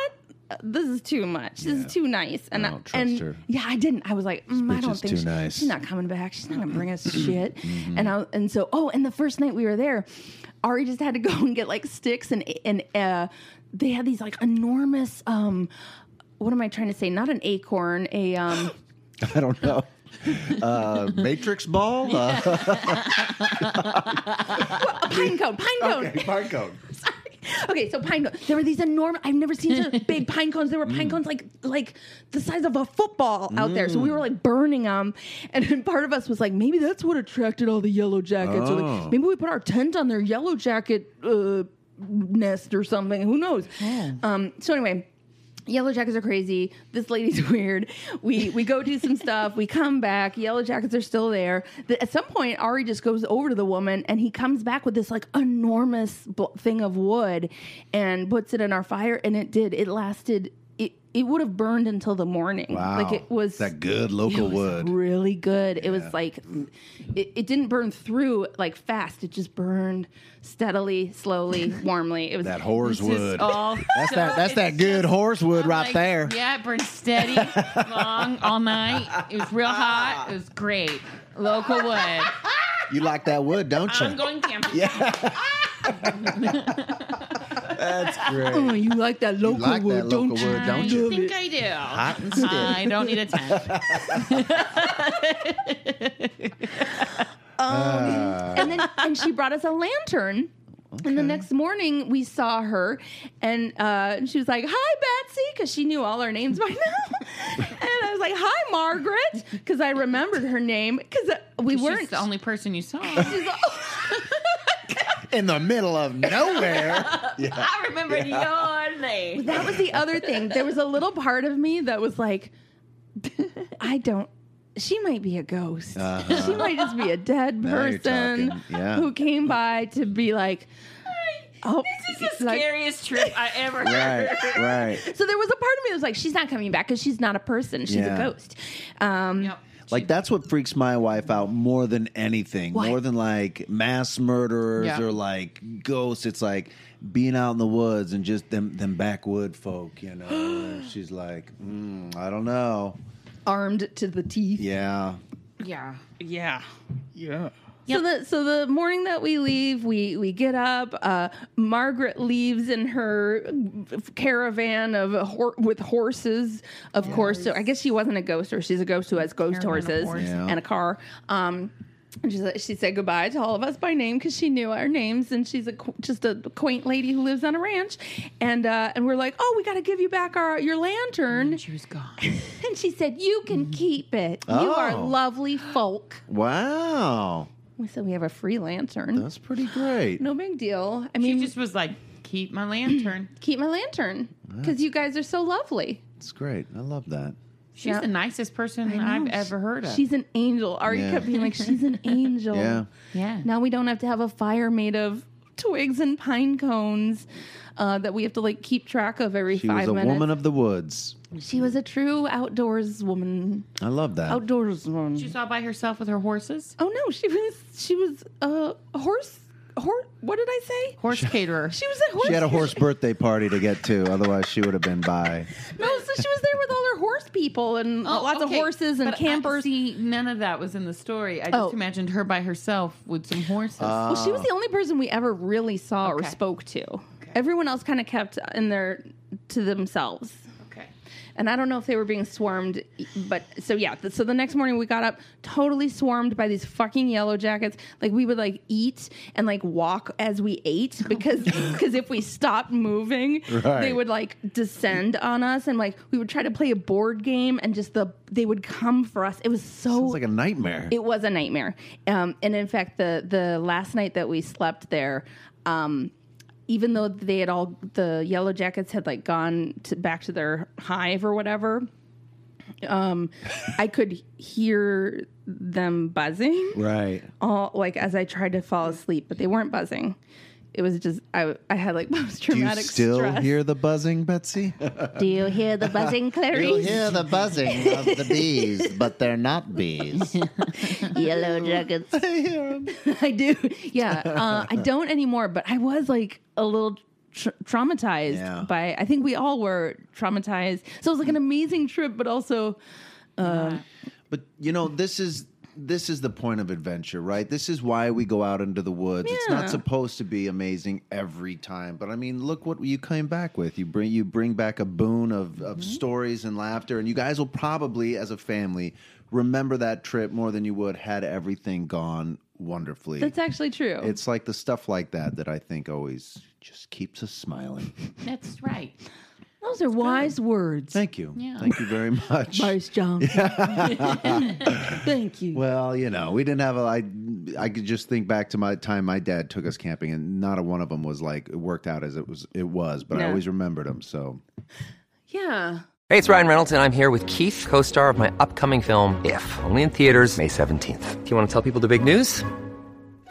Uh, This is too much. This
Yeah.
is too nice. And
I don't trust
and
her.
yeah, I didn't. I was like, mm, I
bitch
don't
is
think
too
she-
nice. Mm-hmm.
she's not coming back. She's not gonna bring us shit. And I and so oh, and the first night we were there, Ari just had to go and get like sticks and and uh, they had these like enormous um, what am I trying to say? Not an acorn, a um,
I don't know. Uh, Matrix ball? Uh,
a pine cone, pine cone.
barcode.
Okay, so pine cones. There were these enormous. I've never seen such big pine cones. There were pine cones like like the size of a football out there. So we were like burning them, and then part of us was like, maybe that's what attracted all the yellow jackets. Or
Oh.
like, maybe we put our tent on their yellow jacket uh, nest or something. Who knows? Um. So anyway. Yellow jackets are crazy. This lady's weird. We we go do some stuff. We come back. Yellow jackets are still there. The- at some point, Ari just goes over to the woman and he comes back with this like enormous bl- thing of wood and puts it in our fire. And it did. It lasted. It it would have burned until the morning.
Wow.
Like it was
that good local
it was
wood.
Really good. It
Yeah.
was like it, it didn't burn through like fast. It just burned steadily, slowly, warmly. It was
That horse
It's
wood.
all
That's
so-
that. That's that
it's
good
just-
horse wood
I'm
right
like,
there.
Yeah, it burned steady, long, all night. It was real hot. It was great. Local wood.
You like that wood, don't you?
I'm going camping.
yeah. That's
Oh,
great.
you like that local
like that
wood,
local
don't
wood,
you?
don't
I
you?
Love
think
it.
I do.
Hot and steady.
I don't need a tent.
Uh,
and then and she brought us a lantern. And the next morning we saw her, and uh, she was like, "Hi, Betsy," because she knew all our names by now. and I was like, "Hi, Margaret," because I remembered her name because we
We're
weren't.
the only person you saw.
she's the-
in the middle of nowhere. yeah.
I remember your name.
that was the other thing. There was a little part of me that was like, "I don't." She might be a ghost.
Uh-huh.
She might just be a dead
Now you're
person
talking. Yeah.
who came by to be like, "Oh, like,
scariest trip I ever
Right. Right.
So there was a part of me that was like, she's not coming back because she's not a person. She's
Yeah.
a ghost. Um,
Yep.
Like that's what freaks my wife out more than anything.
What?
More than like mass murderers
Yeah.
or like ghosts. It's like being out in the woods and just them them backwood folk, you know. And she's like, mm, I don't know.
Armed to the teeth.
Yeah.
Yeah. Yeah.
So the so the morning that we leave, we we get up. Uh, Margaret leaves in her caravan of hor- with horses, of course. So I guess she wasn't a ghost, or she's a ghost who has ghost
Caravan of
horses
horses.
Yeah.
and a car. Um, and she said, she said goodbye to all of us by name because she knew our names, and she's a qu- just a quaint lady who lives on a ranch. And uh, and we're like, oh, we got to give you back our your lantern.
She was gone.
And she said, you can keep it. You are
Mm-hmm. Oh.
lovely folk.
Wow.
We said we have a free lantern.
That's pretty great.
No big deal. I
She
mean,
just was like, keep my lantern.
keep my lantern because you guys are so lovely.
It's great. I love that.
She's
Yeah.
the nicest person
I
I've
know.
ever heard of.
She's an angel. Ari
Yeah.
kept being like, she's an angel.
Yeah.
yeah.
Now we don't have to have a fire made of twigs and pine cones uh, that we have to like keep track of every
She
five
was a
minutes.
woman of the woods.
she was a true outdoors woman.
I love that.
Outdoors woman.
She was all by herself with her horses.
oh no, she was she was uh, a horse. Horse. What did I say?
Horse caterer.
She was a horse.
she had a horse birthday party to get to, otherwise she would have been by.
No, so she was there with all her horse people and
Oh,
lots of
okay.
horses and
But I-
campers.
see, none of that was in the story. I just
Oh.
imagined her by herself with some horses.
Uh,
Well, she was the only person we ever really saw or
Okay.
spoke to. Everyone else kind of kept in their to themselves.
okay.
And I don't know if they were being swarmed, but so yeah. th- So the next morning we got up totally swarmed by these fucking yellow jackets. Like we would like eat and like walk as we ate because because if we stopped moving,
Right.
they would like descend on us and like we would try to play a board game and just the they would come for us. It was so
Sounds like a nightmare.
it was a nightmare. Um, and in fact, the the last night that we slept there, um, even though they had all the yellow jackets had like gone to, back to their hive or whatever, um, I could hear them buzzing
right.
all like as I tried to fall asleep, but they weren't buzzing. It was just I I had like post
Do you
traumatic
still
stress.
hear the buzzing, Betsy?
Do you hear the buzzing, Clarice?
the buzzing of the bees, but they're not bees.
yellow jackets.
I hear 'em.
I do. Yeah. Uh, I don't anymore, but I was like a little tr traumatized
Yeah.
by, I think we all were traumatized. So it was like an amazing trip, but also,
But you know, this is this is the point of adventure, right? This is why we go out into the woods. It's
Yeah.
not supposed to be amazing every time, but I mean, look what you came back with. You bring you bring back a boon of, of stories and laughter, and you guys will probably, as a family, remember that trip more than you would had everything gone wonderfully.
That's actually true.
it's like the stuff like that that I think always just keeps us smiling.
That's right.
Those are wise words.
Thank you.
Yeah.
Thank you very much.
John. Thank you.
Well, you know, we didn't have a. I, I could just think back to my time my dad took us camping, and not a one of them was like it worked out as it was. It was, but I
No.
always remembered them. So
Yeah.
Hey, it's Ryan Reynolds, and I'm here with Keith, co star of my upcoming film, If, only in theaters, May 17th. Do you want to tell people the big news?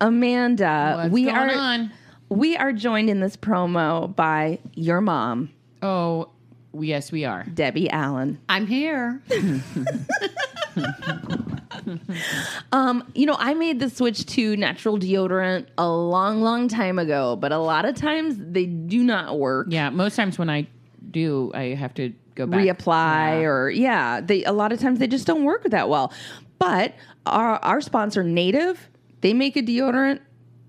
Amanda,
What's
we
going
are
on?
we are joined in this promo by your mom,
Oh, yes, we are.
Debbie Allen.
I'm here.
You know, I made the switch to natural deodorant a long, long time ago, but a lot of times they do not work.
yeah, most times when I do, I have to go back.
reapply or yeah they a lot of times they just don't work that well but our our sponsor native they make a deodorant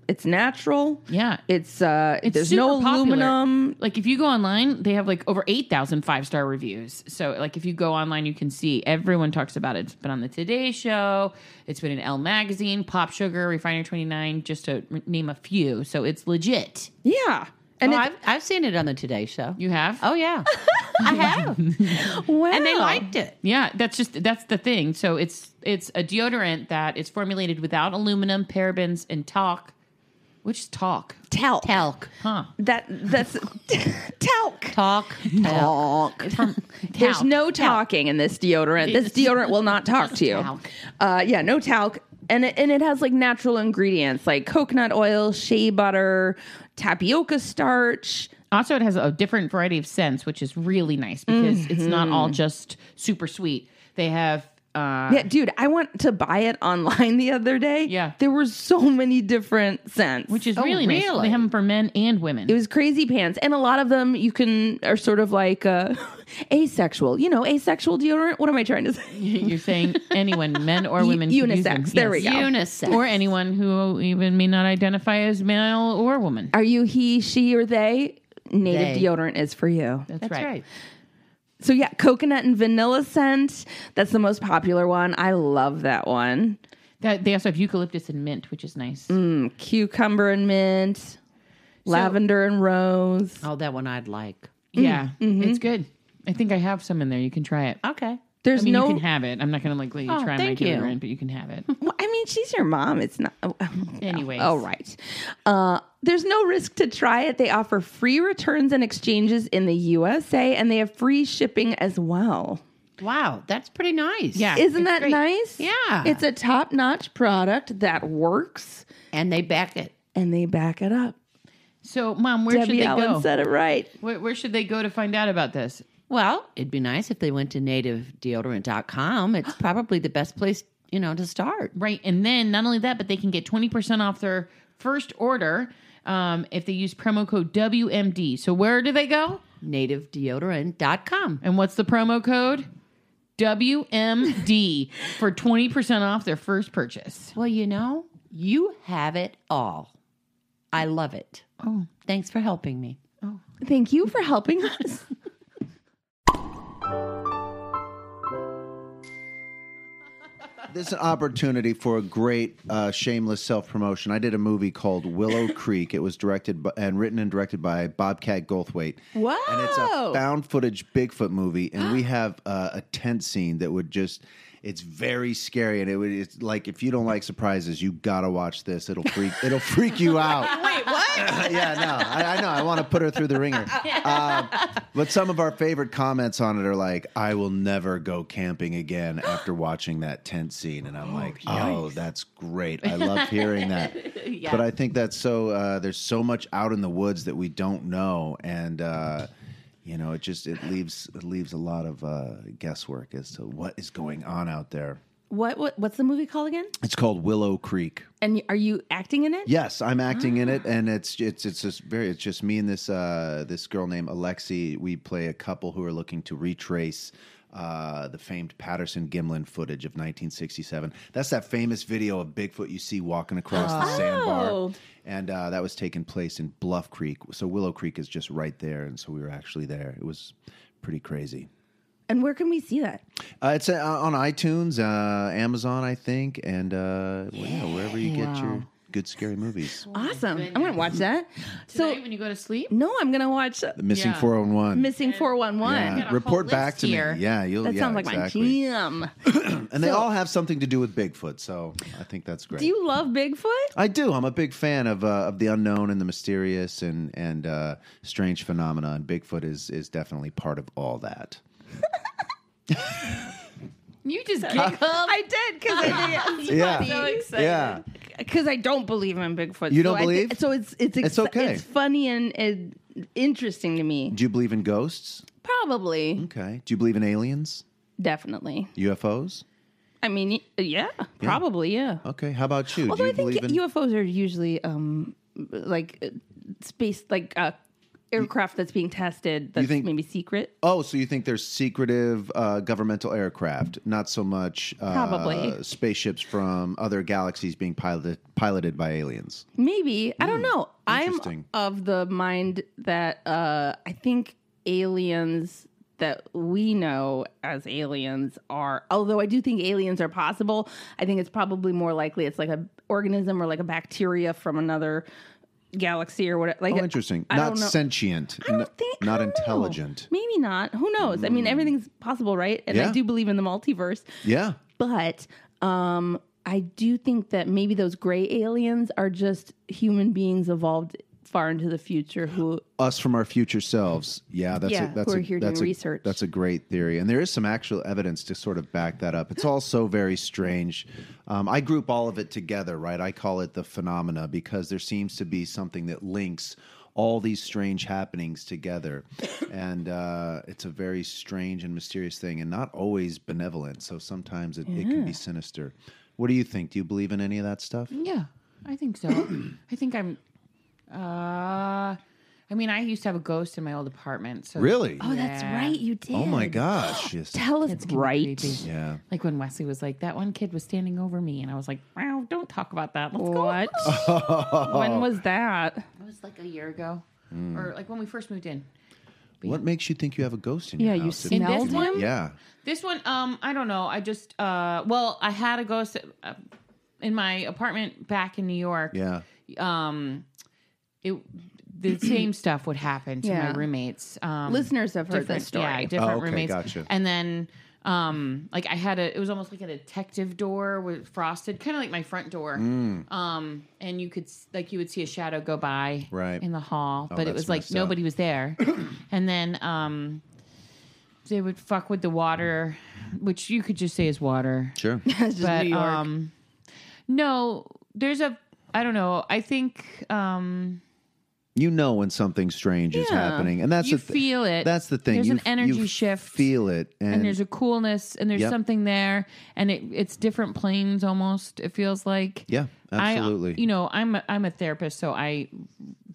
it's natural
Yeah.
it's uh
It's
there's
super
no
popular.
aluminum
Like if you go online, they have like over 8,000 five-star reviews. So like if you go online, you can see everyone talks about it. It's been on the Today show, it's been in Elle magazine, Pop Sugar, Refinery 29, just to re- name a few. So it's legit.
yeah and
Oh,
it's,
I've, I've seen it on the Today Show.
You have?
oh yeah, I have,
wow.
and they liked it.
Yeah, that's just that's the thing. So it's it's a deodorant that is formulated without aluminum, parabens, and talc. Which is talc?
talc
Talc,
Huh.
that that's talc
talk, talk.
From
There's
talc.
no talking in this deodorant. This deodorant will not talk to you.
talc.
Uh, yeah, no talc. And it, and it has like natural ingredients like coconut oil, shea butter, tapioca starch.
Also, it has a different variety of scents, which is really nice because it's not
Mm-hmm.
all just super sweet. They have uh,
Yeah, dude, I went to buy it online the other day.
Yeah.
There were so many different scents.
which is Oh, really, nice. They
really?
have them for men and women.
it was crazy pants. And a lot of them you can are sort of like uh asexual. You know, asexual deodorant. What am I trying to say?
You're saying anyone, men or women,
U-
could use them.
unisex. There we go.
Unisex.
Or anyone who even may not identify as male or woman.
Are you he, she, or they? Native
They.
deodorant is for you.
That's,
That's right.
So yeah, coconut and vanilla scent. That's the most popular one. I love that one.
That, they also have eucalyptus and mint, which is nice.
Mm. Cucumber and mint, lavender and rose.
Oh, that one I'd like.
Mm.
Yeah,
Mm-hmm.
it's good. I think I have some in there. You can try it.
Okay.
There's
I mean,
no
you can have it. I'm not going to like let you
Oh,
try my
thank you.
deodorant, but you can have it.
Well, I mean, she's your mom. It's not. oh, oh,
Anyways.
All right. Uh, there's no risk to try it. They offer free returns and exchanges in the USA, and they have free shipping as well.
Wow, that's pretty nice.
Yeah.
Isn't that nice?
Yeah.
It's a top notch product that works,
and they back it.
and they back it up.
So, mom, where should
Debbie
they
Allen
go?
said it right.
where, where should they go to find out about this?
Well, it'd be nice if they went to nativedeodorant.com. It's probably the best place, you know, to start.
Right, and then not only that, but they can get twenty percent off their first order um, if they use promo code WMD. So, where do they go?
Nativedeodorant.com.
And what's the promo code? WMD for twenty percent off their first purchase.
Well, you know, you have it all. I love it. Oh, thanks for helping me.
Oh,
Thank you for helping us.
This is an opportunity for a great uh, shameless self promotion. I did a movie called Willow Creek. It was directed by, and written and directed by Bobcat Goldthwait.
Wow.
And it's a found footage Bigfoot movie, and we have uh, a tent scene that would just. It's very scary, and it would. It's like if you don't like surprises, you gotta watch this. It'll freak. It'll freak you out. Wait, what? yeah, no, I, I know. I want to put her through the ringer. Uh, but some of our favorite comments on it are like, "I will never go camping again after watching that tent scene," and I'm like, "Oh, that's great. I love hearing that." But I think that's so. Uh, there's so much out in the woods that we don't know, and uh, you know, it just it leaves it leaves a lot of uh, guesswork as to what is going on out there.
What, what what's the movie called again?
It's called Willow Creek.
And are you acting in it?
Yes, I'm acting in it, and it's it's it's just very it's just me and this uh, this girl named Alexi. We play a couple who are looking to retrace uh, the famed Patterson Gimlin footage of 1967. That's that famous video of Bigfoot you see walking across the sandbar, and uh, that was taken place in Bluff Creek. So Willow Creek is just right there, and so we were actually there. It was pretty crazy.
And where can we see that?
Uh, it's uh, on iTunes, uh, Amazon, I think, and uh, well, yeah, wherever you get your good scary movies.
Awesome. I'm going to watch that.
Tonight
So,
when you go to sleep,
no, I'm going to watch uh,
The Missing
Yeah.
401.
Missing 411.
yeah. Report back
list
to
here.
me. Yeah, you'll.
That
yeah,
sounds like
exactly.
my jam.
And they all have something to do with Bigfoot, so I think that's great.
Do you love Bigfoot?
I do. I'm a big fan of uh, of the unknown and the mysterious and and uh, strange phenomena, and Bigfoot is is definitely part of all that.
you just giggle.
I did because I did.
Yeah.
so excited.
Yeah,
Because I don't believe in Bigfoot.
You don't
so I thi-
believe?
so it's it's
It's okay.
It's funny and, and interesting to me.
do you believe in ghosts?
Probably,
Okay. Do you believe in aliens,
definitely.
UFOs?
I mean, y- yeah, probably, yeah.
Okay. How about you?
Although
do you
I think
believe in
UFOs are usually um like uh, space like uh aircraft that's being tested that's
think-
maybe secret.
Oh, so you think there's secretive uh, governmental aircraft, not so much uh,
Probably.
spaceships from other galaxies being piloted piloted by aliens?
Maybe. I don't know. I'm
Hmm. Interesting.
of the mind that uh, I think aliens that we know as aliens are although I do think aliens are possible, I think it's probably more likely it's like a organism or like a bacteria from another galaxy or whatever. Like
Oh, interesting.
I
not
don't know.
sentient.
I
n-
don't think
not
I don't know.
intelligent.
Maybe not. Who knows? I mean, everything's possible, right? And I
Hmm. Yeah.
do believe in the multiverse,
Yeah.
but um, I do think that maybe those gray aliens are just human beings evolved far into the future who
us from our future selves. Yeah, that's
Yeah,
a, that's
who are
a,
here
that's
doing
a-
research.
That's a great theory, and there is some actual evidence to sort of back that up. It's all so very strange. Um, I group all of it together, right? I call it the phenomena because there seems to be something that links all these strange happenings together, and uh, it's a very strange and mysterious thing, and not always benevolent. So sometimes it, it can be sinister. What do you think? Do you believe in any of that stuff?
Yeah, I think so. I think I'm. Uh, I mean, I used to have a ghost in my old apartment. So
Really?
Oh, that's right, you did.
Oh my gosh! Yes.
Tell us right.
Yeah.
Like when Wesley was like, "That one kid was standing over me," and I was like, "Wow, don't talk about that." Let's go.
What? when was that?
It was like a year ago, or like when we first moved in.
What makes you think you have a ghost in
Yeah,
your
you
house?
smelled
this one?
him.
Yeah.
This one, um, I don't know. I just, uh, well, I had a ghost uh, in my apartment back in New York.
Yeah.
Um, it the same stuff would happen to
Yeah.
my roommates. Um,
Listeners have heard
different-
this story.
Yeah, different
Oh, okay,
roommates.
gotcha.
And then, um, like I had a, it was almost like a detective door with frosted, kind of like my front door.
Mm.
Um, and you could s- like you would see a shadow go by
Right. Oh,
in the hall, but it
that's
was like
messed up.
nobody was there. and then, um, they would fuck with the water, which you could just say is water.
Sure.
That's just
But
New York.
um, no, there's a. I don't know. I think um,
you know when something strange is happening, and that's
You
the
feel it.
That's the thing.
There's
You
an
f-
energy
you
shift.
Feel it, and,
and there's a coolness and there's
Yep.
something there and it, it's different planes almost it feels like
yeah,
I, uh,
absolutely.
you know i'm a, i'm a therapist so i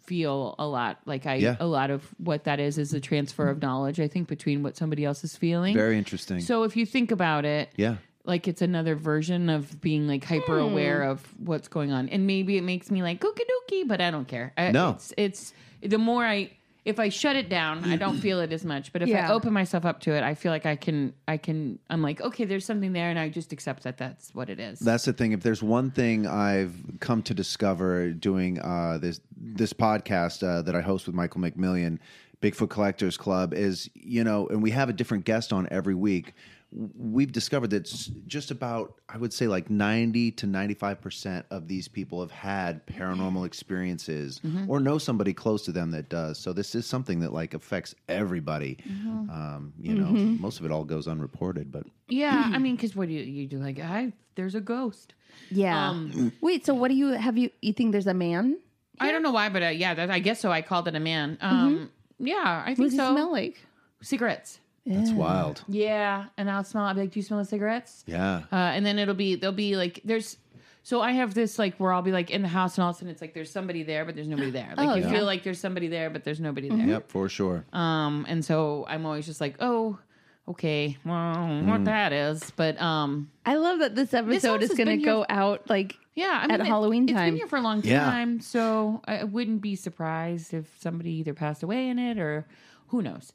feel a lot like i
Yeah.
a lot of what that is is the transfer of knowledge i think between what somebody else is feeling
Very interesting.
so if you think about it
yeah.
like it's another version of being like hyper aware of what's going on and maybe it makes me like kookadookey but i don't care I,
No.
it's it's the more i if I shut it down, I don't feel it as much. But if I
Yeah.
open myself up to it, I feel like I can. I can. I'm like, okay, there's something there, and I just accept that that's what it is.
That's the thing. If there's one thing I've come to discover doing uh, this this podcast uh, that I host with Michael McMillian, Bigfoot Collectors Club, is you know, and we have a different guest on every week. w- We've discovered that s- just about, I would say, like ninety to ninety-five percent of these people have had paranormal experiences or know somebody close to them that does. So this is something that like affects everybody. Um, you know, most of it all goes unreported, but
yeah, I mean, because what do you you do? Like, I there's a ghost. Um,
Yeah. Wait. So what do you have? You you think there's a man?
I don't know why, but uh, yeah, that, I guess so. I called it a man. Um, Yeah, I
What
think
does
so.
he smell like?
Cigarettes.
that's wild.
Yeah, and I'll smell. I'll be like, "Do you smell the cigarettes?"
Yeah.
uh, and then it'll be they'll be like there's so I have this like where I'll be like in the house and all of a sudden it's like there's somebody there but there's nobody there like
Oh,
you
yeah.
feel like there's somebody there but there's nobody there
Yep, for sure.
um and so I'm always just like oh okay well what that is but um
I love that this episode
house
is
has
going to
been here
go
f-
out like
yeah I
At
mean, it-
Halloween
it's
time.
been here for a long
Yeah.
time so I I wouldn't be surprised if somebody either passed away in it or who knows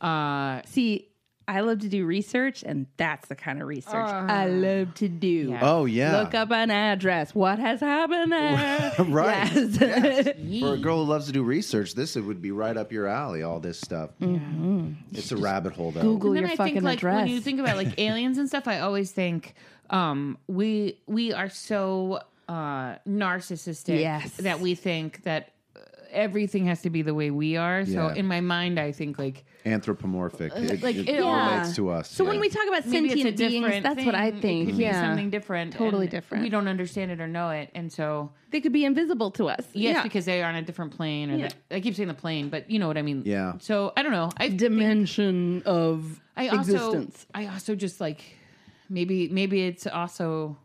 uh
See, I love to do research, and that's the kind of research
Uh-huh.
I love to do.
Oh yeah.
Look up an address. What has happened there?
Right.
Yes.
For a girl who loves to do research, this it would be right up your alley. All this stuff. Mm-hmm. It's a rabbit hole, though.
Google
And
your
then I
fucking
think, like,
address.
When you think about like aliens and stuff, I always think um, we we are so uh, narcissistic
Yes.
that we think that uh, everything has to be the way we are. So
Yeah.
in my mind, I think like
Anthropomorphic. It,
like,
it
it- Yeah.
relates to us.
Uh, so
yeah.
when we talk about
maybe
sentient
it's a
beings,
different
that's what I
thing. It
think.
could be
yeah.
something different,
Totally
and
different.
We don't understand it or know it, and so
They could be invisible to us.
yes,
yeah.
because they are on a different plane. Or that, I keep saying the plane, but you know what I mean.
Yeah.
So I don't know. I
Dimension of
I also,
existence.
I also just like maybe maybe it's also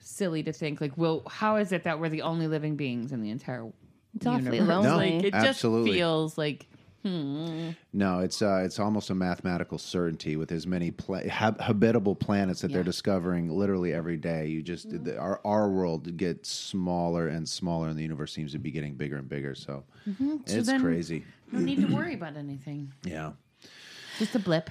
silly to think like, well, how is it that we're the only living beings in the entire
it's awfully
universe?
No,
lonely.
like it
absolutely.
just feels like
no, it's uh, it's almost a mathematical certainty with as many pla- hab- habitable planets that they're discovering literally every day. You just
Mm-hmm.
the, our our world gets smaller and smaller, and the universe seems to be getting bigger and bigger. So
Mm-hmm.
it's
then-
crazy.
no need to worry about anything.
Yeah.
Just a blip.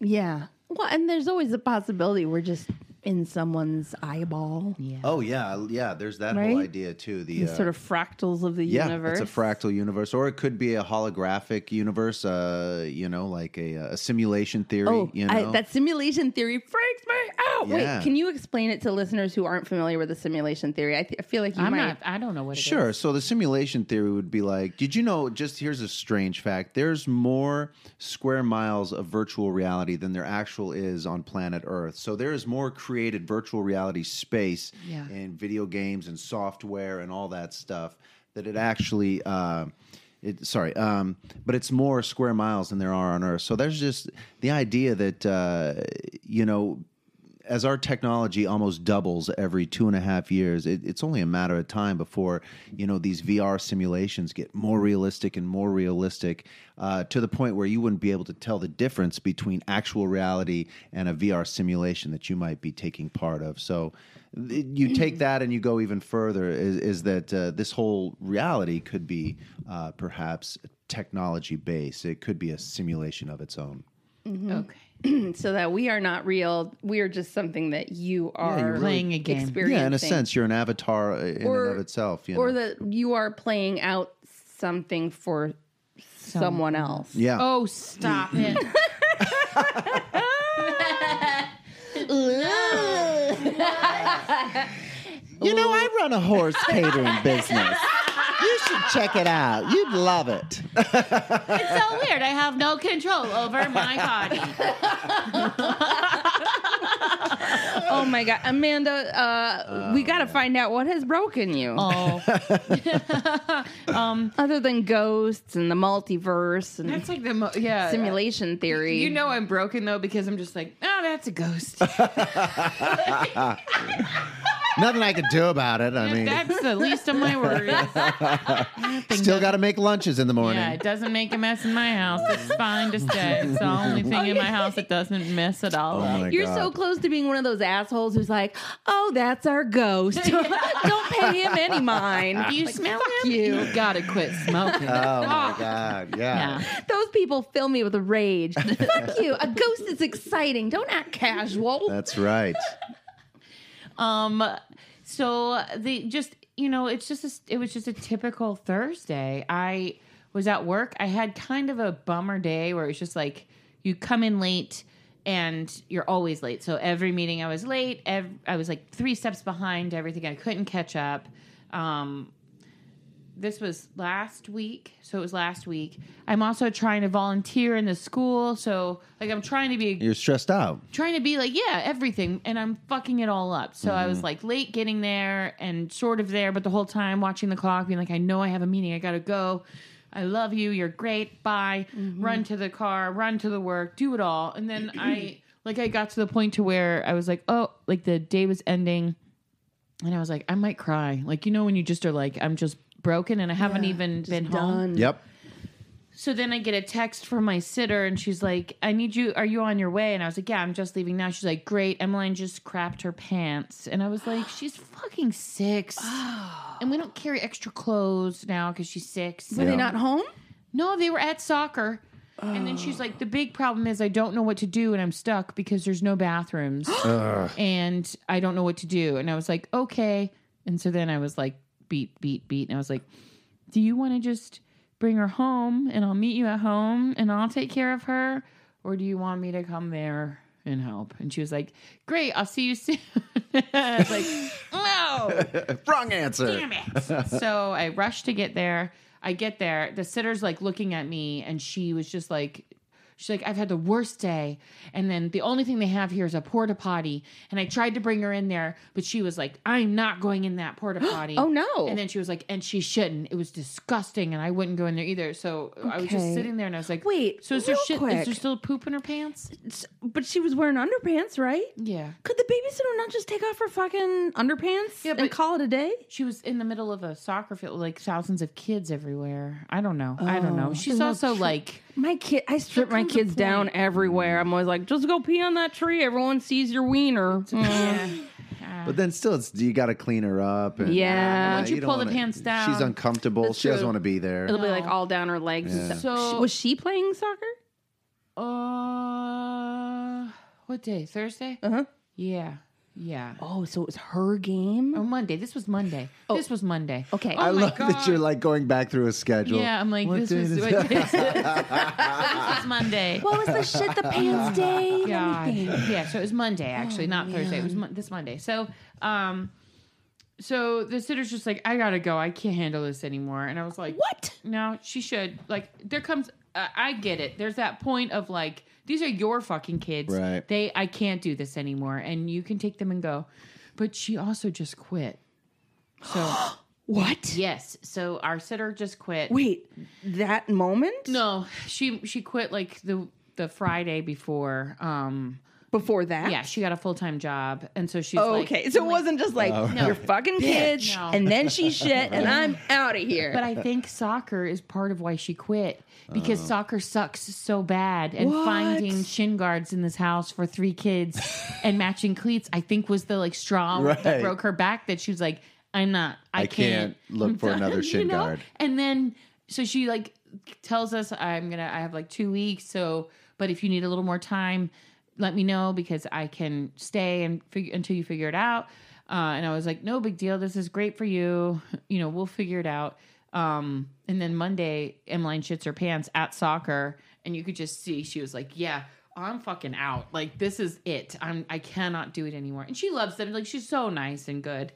yeah. Well, and there's always a possibility we're just in someone's eyeball. Yeah.
Oh yeah, yeah. There's that whole
Right?
idea too. The uh,
Sort of fractals of the
Yeah,
universe.
it's a fractal universe, or it could be a holographic universe. Uh, you know, like a, a simulation theory.
Oh,
you know,
I, that simulation theory freaks me out.
Yeah.
Wait, can you explain it to listeners who aren't familiar with the simulation theory? I, th- I feel like you
I'm
might.
not. I don't know what. It is.
sure. So the simulation theory would be like, did you know? Just here's a strange fact: there's more square miles of virtual reality than there actual is on planet Earth. So there is more created virtual reality space
Yeah.
in video games and software and all that stuff that it actually. Uh, it, sorry, um, but it's more square miles than there are on Earth. So there's just the idea that uh, you know as our technology almost doubles every two and a half years, it, it's only a matter of time before you know these VR simulations get more realistic and more realistic uh, to the point where you wouldn't be able to tell the difference between actual reality and a VR simulation that you might be taking part of. So th- you take that and you go even further is, is that uh, this whole reality could be uh, perhaps technology based. It could be a simulation of its own.
Okay.
so that we are not real. We are just something that you are
playing a game.
Experiencing.
Yeah, in a sense, you're an avatar uh, in and of itself. You know?
or that you are playing out something for someone else.
Yeah.
Oh, stop it.
You know, I run a horse catering business. You should check it out. You'd love it.
It's so weird. I have no control over my body.
Oh my god, Amanda, uh, we got to find out what has broken you,
Oh,
other than ghosts and the multiverse and
that's like the mo- yeah
simulation theory.
You know I'm broken though because I'm just like, oh, that's a ghost.
nothing I could do about it. I mean,
That's the least of my worries.
still got to make lunches in the morning.
Yeah, it doesn't make a mess in my house. It's fine to stay. It's the only thing in my house that doesn't mess at all.
Oh
up.
my
You're
God.
so close to being one of those assholes who's like, "Oh, that's our ghost. Don't pay him any mind."
Do you
Like,
smell
fuck
him?
you.
You gotta quit smoking.
Uh,
Oh my god! Yeah.
Those people fill me with rage. Fuck you. A ghost is exciting. Don't act casual.
That's right.
Um, so the just you know, it's just a, it was just a typical Thursday. I was at work. I had kind of a bummer day where it was just like you come in late and you're always late. So every meeting I was late. Ev- I was like three steps behind everything. I couldn't catch up. Um, this was last week so it was last week i'm also trying to volunteer in the school so like i'm trying to be a
You're stressed out.
trying to be like, yeah, everything, and I'm fucking it all up. So I was like late getting there and sort of there, but the whole time watching the clock, being like, I know I have a meeting, I gotta go. I love you, you're great, bye. Run to the car, run to the work, do it all. And then I like I got to the point to where I was like, oh, like the day was ending and I was like, I might cry. Like, you know, when you just are like, I'm just broken and I haven't even been home.
Yep.
So then I get a text from my sitter and she's like, I need you. Are you on your way? And I was like, Yeah, I'm just leaving now. She's like, Great. Emmeline just crapped her pants. And I was like, She's fucking six. and we don't carry extra clothes now because she's six.
Oh. Were they not home? Oh.
No, they were at soccer. And then she's like, the big problem is I don't know what to do and I'm stuck because there's no bathrooms and I don't know what to do. And I was like, okay. And so then I was like, beat, beat, beat. And I was like, do you want to just bring her home and I'll meet you at home and I'll take care of her? Or do you want me to come there and help? And she was like, great, I'll see you soon. I was like, no.
Wrong answer.
so I rushed to get there. I get there. The sitter's like looking at me, and she was just like, she's like, I've had the worst day. And then the only thing they have here is a porta potty. And I tried to bring her in there, but she was like, I'm not going in that porta potty.
Oh, no.
And then she was like, and she shouldn't. It was disgusting, and I wouldn't go in there either. So I was just
Okay.
sitting there, and I was like,
Wait,
So is there
real
shit? Is
quick.
there still poop in her pants?
S- But she was wearing underpants, right?
Yeah.
Could the babysitter not just take off her fucking underpants
but-
and call it a day?
She was in the middle of a soccer field, with, like thousands of kids everywhere. I don't know. I don't know.
Oh,
She's also like,
My kid, I strip my
comes a
kids
point-
down everywhere. I'm always like, just go pee on that tree. Everyone sees your wiener. Mm.
But then still, it's you got to clean her up. And,
Yeah.
Once you
don't
pull the
wanna-
pants down. Oh
she's uncomfortable. She doesn't want to be there.
It'll be like all down her legs. and stuff.
So-
Sh- was she playing soccer?
uh, what day? Thursday? Uh huh. Yeah. Yeah.
Uh-huh. Oh, so it was her game.
Or Monday. This was Monday. This was Monday.
Okay.
Oh
I
my
love that
God.
you're like going back through a schedule.
Yeah, I'm like,
What
this
day
was,
is
what day is this? this was Monday.
What was the shit the pants day? and
God.
everything?
Yeah, so it was Monday
Oh,
actually, not Thursday. It was mon- this Monday. So, um, so the sitter's just like, I gotta go. I can't handle this anymore. And I was like,
What?
No, she should. Like, there comes. Uh, I get it. There's that point of like, these are your fucking kids.
Right.
They, I can't do this anymore, and you can take them and go. But she also just quit. So
What?
yes, so our sitter just quit.
Wait, that moment?
No, she she quit like the the Friday before. Um.
Before that?
Yeah, she got a full time job, and so she's
Oh,
like-
okay, so it wasn't just like you're fucking kids,
No.
and then she shit, and I'm out of here.
But I think soccer is part of why she quit because soccer sucks so bad, and finding shin guards in this house for three kids and matching cleats, I think was the like straw that
Right.
broke her back. That she was like, I'm not, I,
I can't look
I'm
for another shin guard.
And then so she like tells us, I'm gonna, I have like two weeks, so but if you need a little more time, let me know because I can stay and figure until you figure it out. Uh, and I was like, no big deal. This is great for you. You know, we'll figure it out. Um, and then Monday, Emmeline shits her pants at soccer, and you could just see she was like, yeah. I'm fucking out. Like this is it. I'm. I cannot do it anymore. And she loves them. Like she's so nice and good.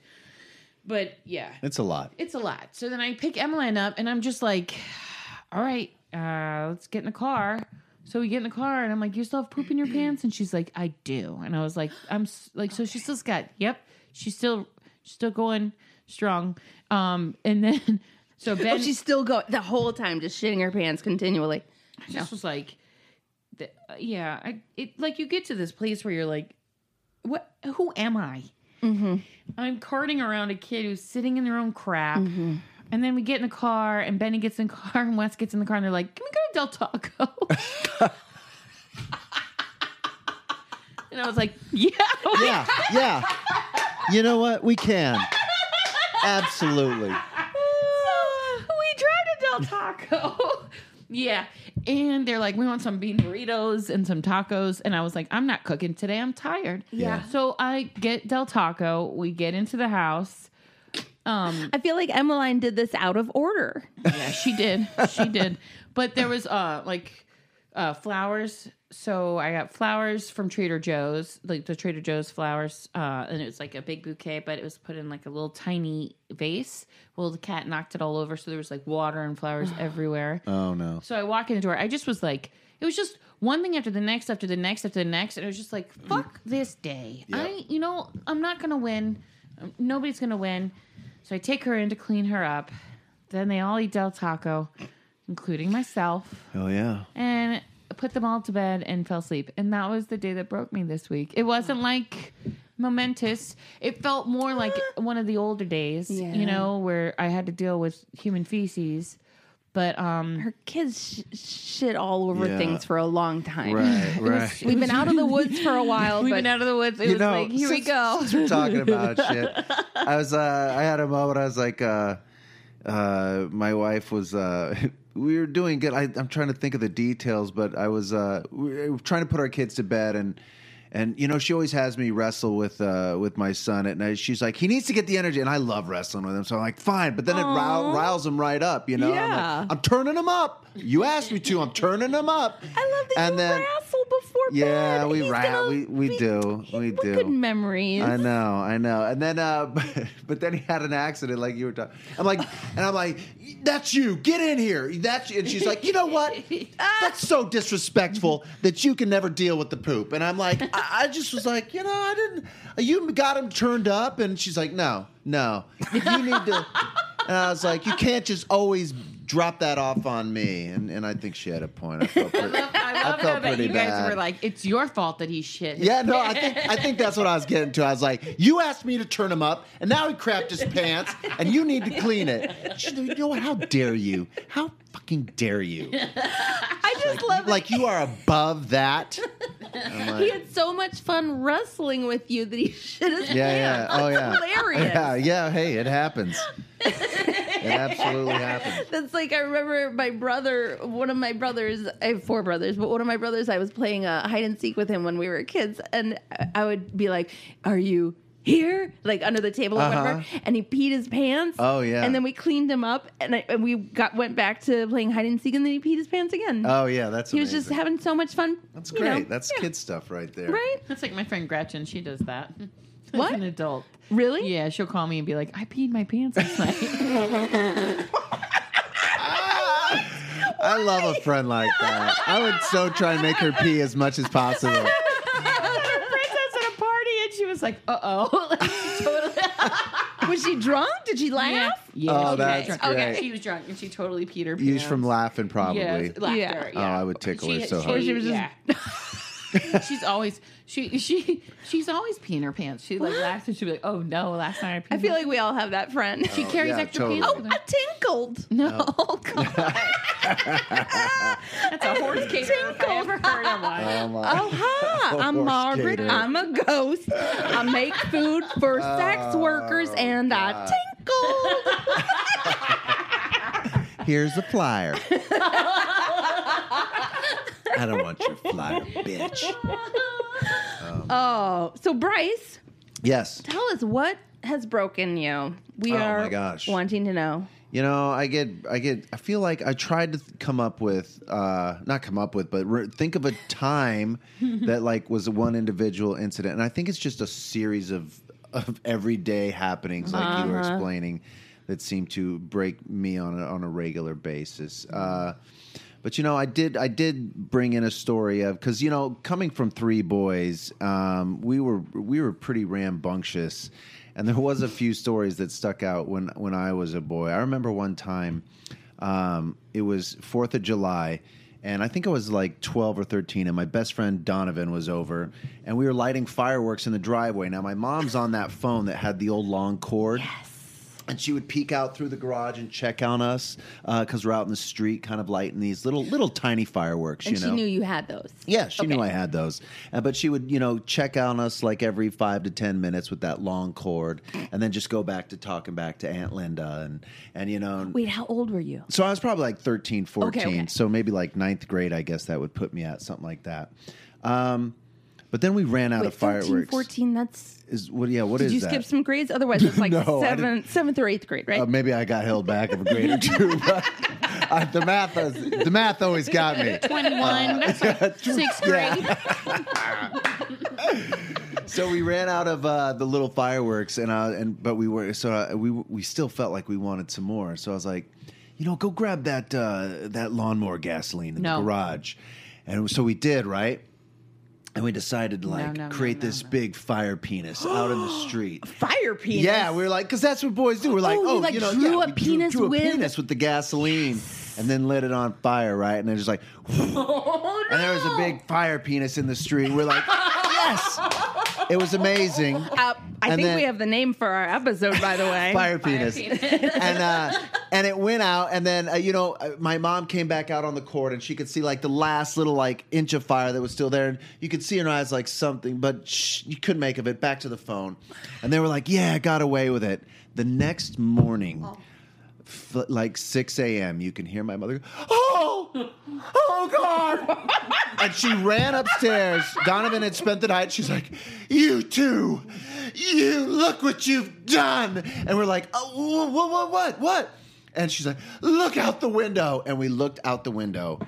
But yeah,
It's a lot.
it's a lot. So then I pick Emmeline up and I'm just like, all right, uh, let's get in the car. So we get in the car and I'm like, you still have poop in your pants? And she's like, I do. And I was like, I'm s- like, so she still's got, yep, she's still, she's still going strong. Um, and then, so Ben,
oh, she's still going the whole time, just shitting her pants continually.
just was like, uh, th- yeah, I, it, like you get to this place where you're like, what, who am I? I'm carting around a kid who's sitting in their own crap. And then we get in the car, and Benny gets in the car, and Wes gets in the car, and they're like, Can we go to Del Taco? and I was like, Yeah. we
Yeah, yeah. You know what? We can. Absolutely.
we drive to Del Taco. yeah. And they're like, we want some bean burritos and some tacos. And I was like, I'm not cooking today. I'm tired.
Yeah.
So I get Del Taco. We get into the house. Um,
I feel like Emmeline did this out of order.
yeah, she did. She did. But there was uh like uh flowers. So I got flowers from Trader Joe's, like the Trader Joe's flowers, uh, and it was like a big bouquet, but it was put in like a little tiny vase. Well, the cat knocked it all over, so there was like water and flowers everywhere.
Oh no.
So I walk in the door. I just was like, it was just one thing after the next, after the next, after the next, and it was just like,
Mm.
fuck this day. I, you know, I'm not gonna win. Um, Nobody's gonna win. So I take her in to clean her up. Then they all eat Del Taco, including myself,
Oh yeah.
and put them all to bed and fell asleep. And that was the day that broke me this week. It wasn't like momentous. It felt more like one of the older days, you know, where I had to deal with human feces. But um
Her kids sh- shit all over
Yeah.
things for a long time.
Right, right.
We've been out of the woods for a while,
We've
but
been out of the woods. It was like, here we
since-
go.
Since we're talking about shit. I was uh I had a moment I was like uh uh my wife was uh we were doing good. I, I'm trying to think of the details, but I was uh we were trying to put our kids to bed and and you know she always has me wrestle with uh with my son at night. She's like he needs to get the energy, and I love wrestling with him. So I'm like fine, but then it rou- riles him right up. You know, I'm, like,
Yeah.
I'm turning him up. You asked me to. I'm turning him up.
I love that
And
you
then-
wrestle before
Yeah,
bed.
we
He's
ra-
gonna
we- we do. We
what
do.
Good memories.
I know, I know. And then, uh, but, but then he had an accident, like you were talking. I'm like, and I'm like, that's you. Get in here. That's you. and she's like, you know what? That's so disrespectful that you can never deal with the poop. And I'm like, I, I just was like, you know, I didn't. You got him turned up, and she's like, no, no, you need to. And I was like, you can't just always drop that off on me. And and I think she had a point. I felt pretty,
I love
felt
how that
pretty
you guys
bad.
were like, it's your fault that he shit.
Yeah, no, I think I think that's what I was getting to. I was like, you asked me to turn him up, and now he crapped his pants, and you need to clean it. She- You know what? How dare you? How fucking dare you?
I just love it.
Like you are above that. I'm like,
He had so much fun wrestling with you that he should have.
yeah, yeah, oh yeah,
hilarious.
yeah, yeah. Hey, it happens. It absolutely happens.
That's like I remember my brother, one of my brothers, I have four brothers, but one of my brothers, I was playing a hide and seek with him when we were kids, and I- I would be like, "Are you here?" Like under the table or whatever, and he peed his pants.
Uh-huh. Oh, yeah.
and then we cleaned him up, and, I, and we got went back to playing hide and seek, and then he peed his pants again.
Oh yeah, that's
he was just
amazing.
having so much fun.
That's
you know.
great. that's kid stuff right there.
right.
That's like my friend Gretchen. She does that.
What?
As an adult.
Really?
Yeah, she'll call me and be like, I peed my pants last night.
Ah! I love a friend like that. I would so try and make her pee as much as possible.
Princess at a party, and she was like, uh oh.
Was she drunk? Did she laugh?
yeah. yeah.
Oh,
she was
that's
drunk.
great.
She was drunk and she totally peed her pants.
Used from laughing, probably.
Yes, laughter.
Oh,
yeah.
I would tickle her
She-
so
she-
hard.
yeah. she's always she she she's always peeing her pants. She like laughs and she'll be like, "Oh no, last night I
I
peed."
feel
my
like we all have that friend. Oh,
She carries
yeah,
extra
totally.
pants.
Oh,
with her.
I tinkled.
no, that's a horse
I
caterer if I
tinkled.
ever heard of one.
Oh my.
Oh, hi. I'm
Horse
Margaret.
caterer.
I'm a ghost. I make food for sex
Oh,
workers and I tinkled.
Here's a flyer. I don't want your flyer, bitch.
Oh, so Bryce,
Yes.
tell us what has broken you. We
Oh, my
are
gosh.
wanting to know.
You know, I get, I get, I feel like I tried to th- come up with, uh, not come up with, but re- think of a time that like was one individual incident, and I think it's just a series of of everyday happenings, like you were explaining, that seem to break me on a, on a regular basis. Uh, but you know, I did, I did bring in a story of because you know, coming from three boys, um, we were we were pretty rambunctious and there was a few stories that stuck out when when I was a boy. I remember one time, um, it was Fourth of July, And I think I was like 12 or 13, and my best friend Donovan was over, and we were lighting fireworks in the driveway. Now, my mom's on that phone that had the old long cord. And she would peek out through the garage and check on us because we're out in the street, kind of lighting these little, little tiny fireworks.
And
you
she
know,
knew you had those.
yeah, she knew I had those. Uh, but she would, you know, check on us like every five to 10 minutes with that long cord and then just go back to talking back to Aunt Linda. And, and you know,
Wait, how old were you?
so I was probably like 13, 14.
okay.
So maybe like ninth grade, I guess that would put me at something like that. Um, but then we ran out
Wait,
of fireworks.
13, 14, that's.
Is, what, yeah, what
Did
is
you
that?
skip some grades? Otherwise, it's like
No, I
seventh, seventh or eighth grade, right?
Uh, maybe I got held back of a grade or two. But uh, the, math is, the math always got me.
21, sixth grade.
so we ran out of uh, the little fireworks, and uh, and but we were so uh, we we still felt like we wanted some more. So I was like, you know, go grab that uh, that lawnmower gasoline in
No.
the garage, and so we did right. And we decided to like
no, no,
create
no,
this big fire penis out in the street.
Fire penis.
Yeah, we were like, because that's what boys do. We're like,
Oh, you,
oh,
like,
you know,
drew
yeah,
a
we
penis
drew a
with-
penis with the gasoline, and then lit it on fire, right? And they're just like,
Oh, no.
and there was a big fire penis in the street. We're like, yes, it was amazing.
Uh, I
And
think
then-
we have the name for our episode, by the way.
Fire penis, and uh, and it went out, and then uh, you know uh, my mom came back out on the court, and she could see like the last little like inch of fire that was still there, and you could see in her eyes like something, but shh, you couldn't make of it. Back to the phone, and they were like, "Yeah, I got away with it." The next morning, f- like 6 a.m., you can hear my mother go, Oh, oh, God. and she ran upstairs. Donovan had spent the night. She's like, You two, you look what you've done. And we're like, oh, What, what, what, what? And she's like, Look out the window. And we looked out the window.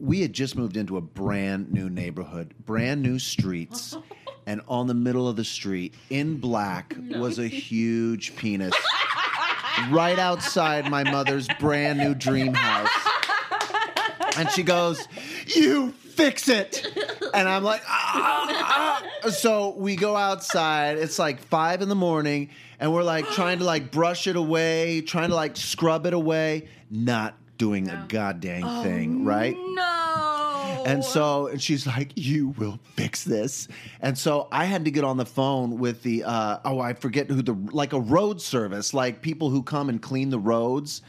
We had just moved into a brand new neighborhood, brand new streets. And on the middle of the street, in black, was a huge penis right outside my mother's brand new dream house. And she goes, You fix it. And I'm like, ah, ah. So we go outside. It's like five in the morning, and we're like trying to like brush it away, trying to like scrub it away, not doing a goddamn thing, right?
No.
And so and she's like, "You will fix this." And so I had to get on the phone with the uh, oh, I forget who the like a road service, like people who come and clean the roads.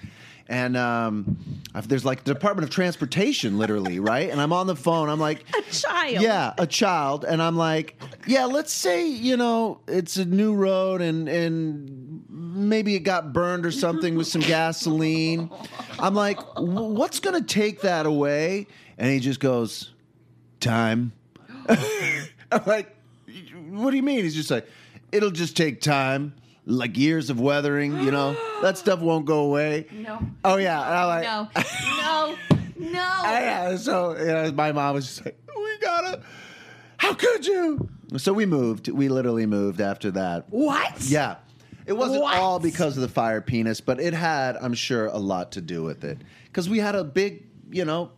And um, I've- there's like the Department of Transportation, literally, right? And I'm on the phone. I'm like,
a child.
yeah, a child, and I'm like, yeah, let's say you know it's a new road, and and maybe it got burned or something with some gasoline. I'm like, "W- what's gonna take that away? And he just goes, time. I'm like, what do you mean? He's just like, it'll just take time, like years of weathering. You know, that stuff won't go away. No. Oh yeah, and I'm like,
No, no, no.
I, uh, so you know, my mom was just like, "We gotta, how could you?" So we moved. We literally moved after that.
What?
Yeah, it wasn't
What?
all because of the fire penis, but it had, I'm sure, a lot to do with it because we had a big, you know,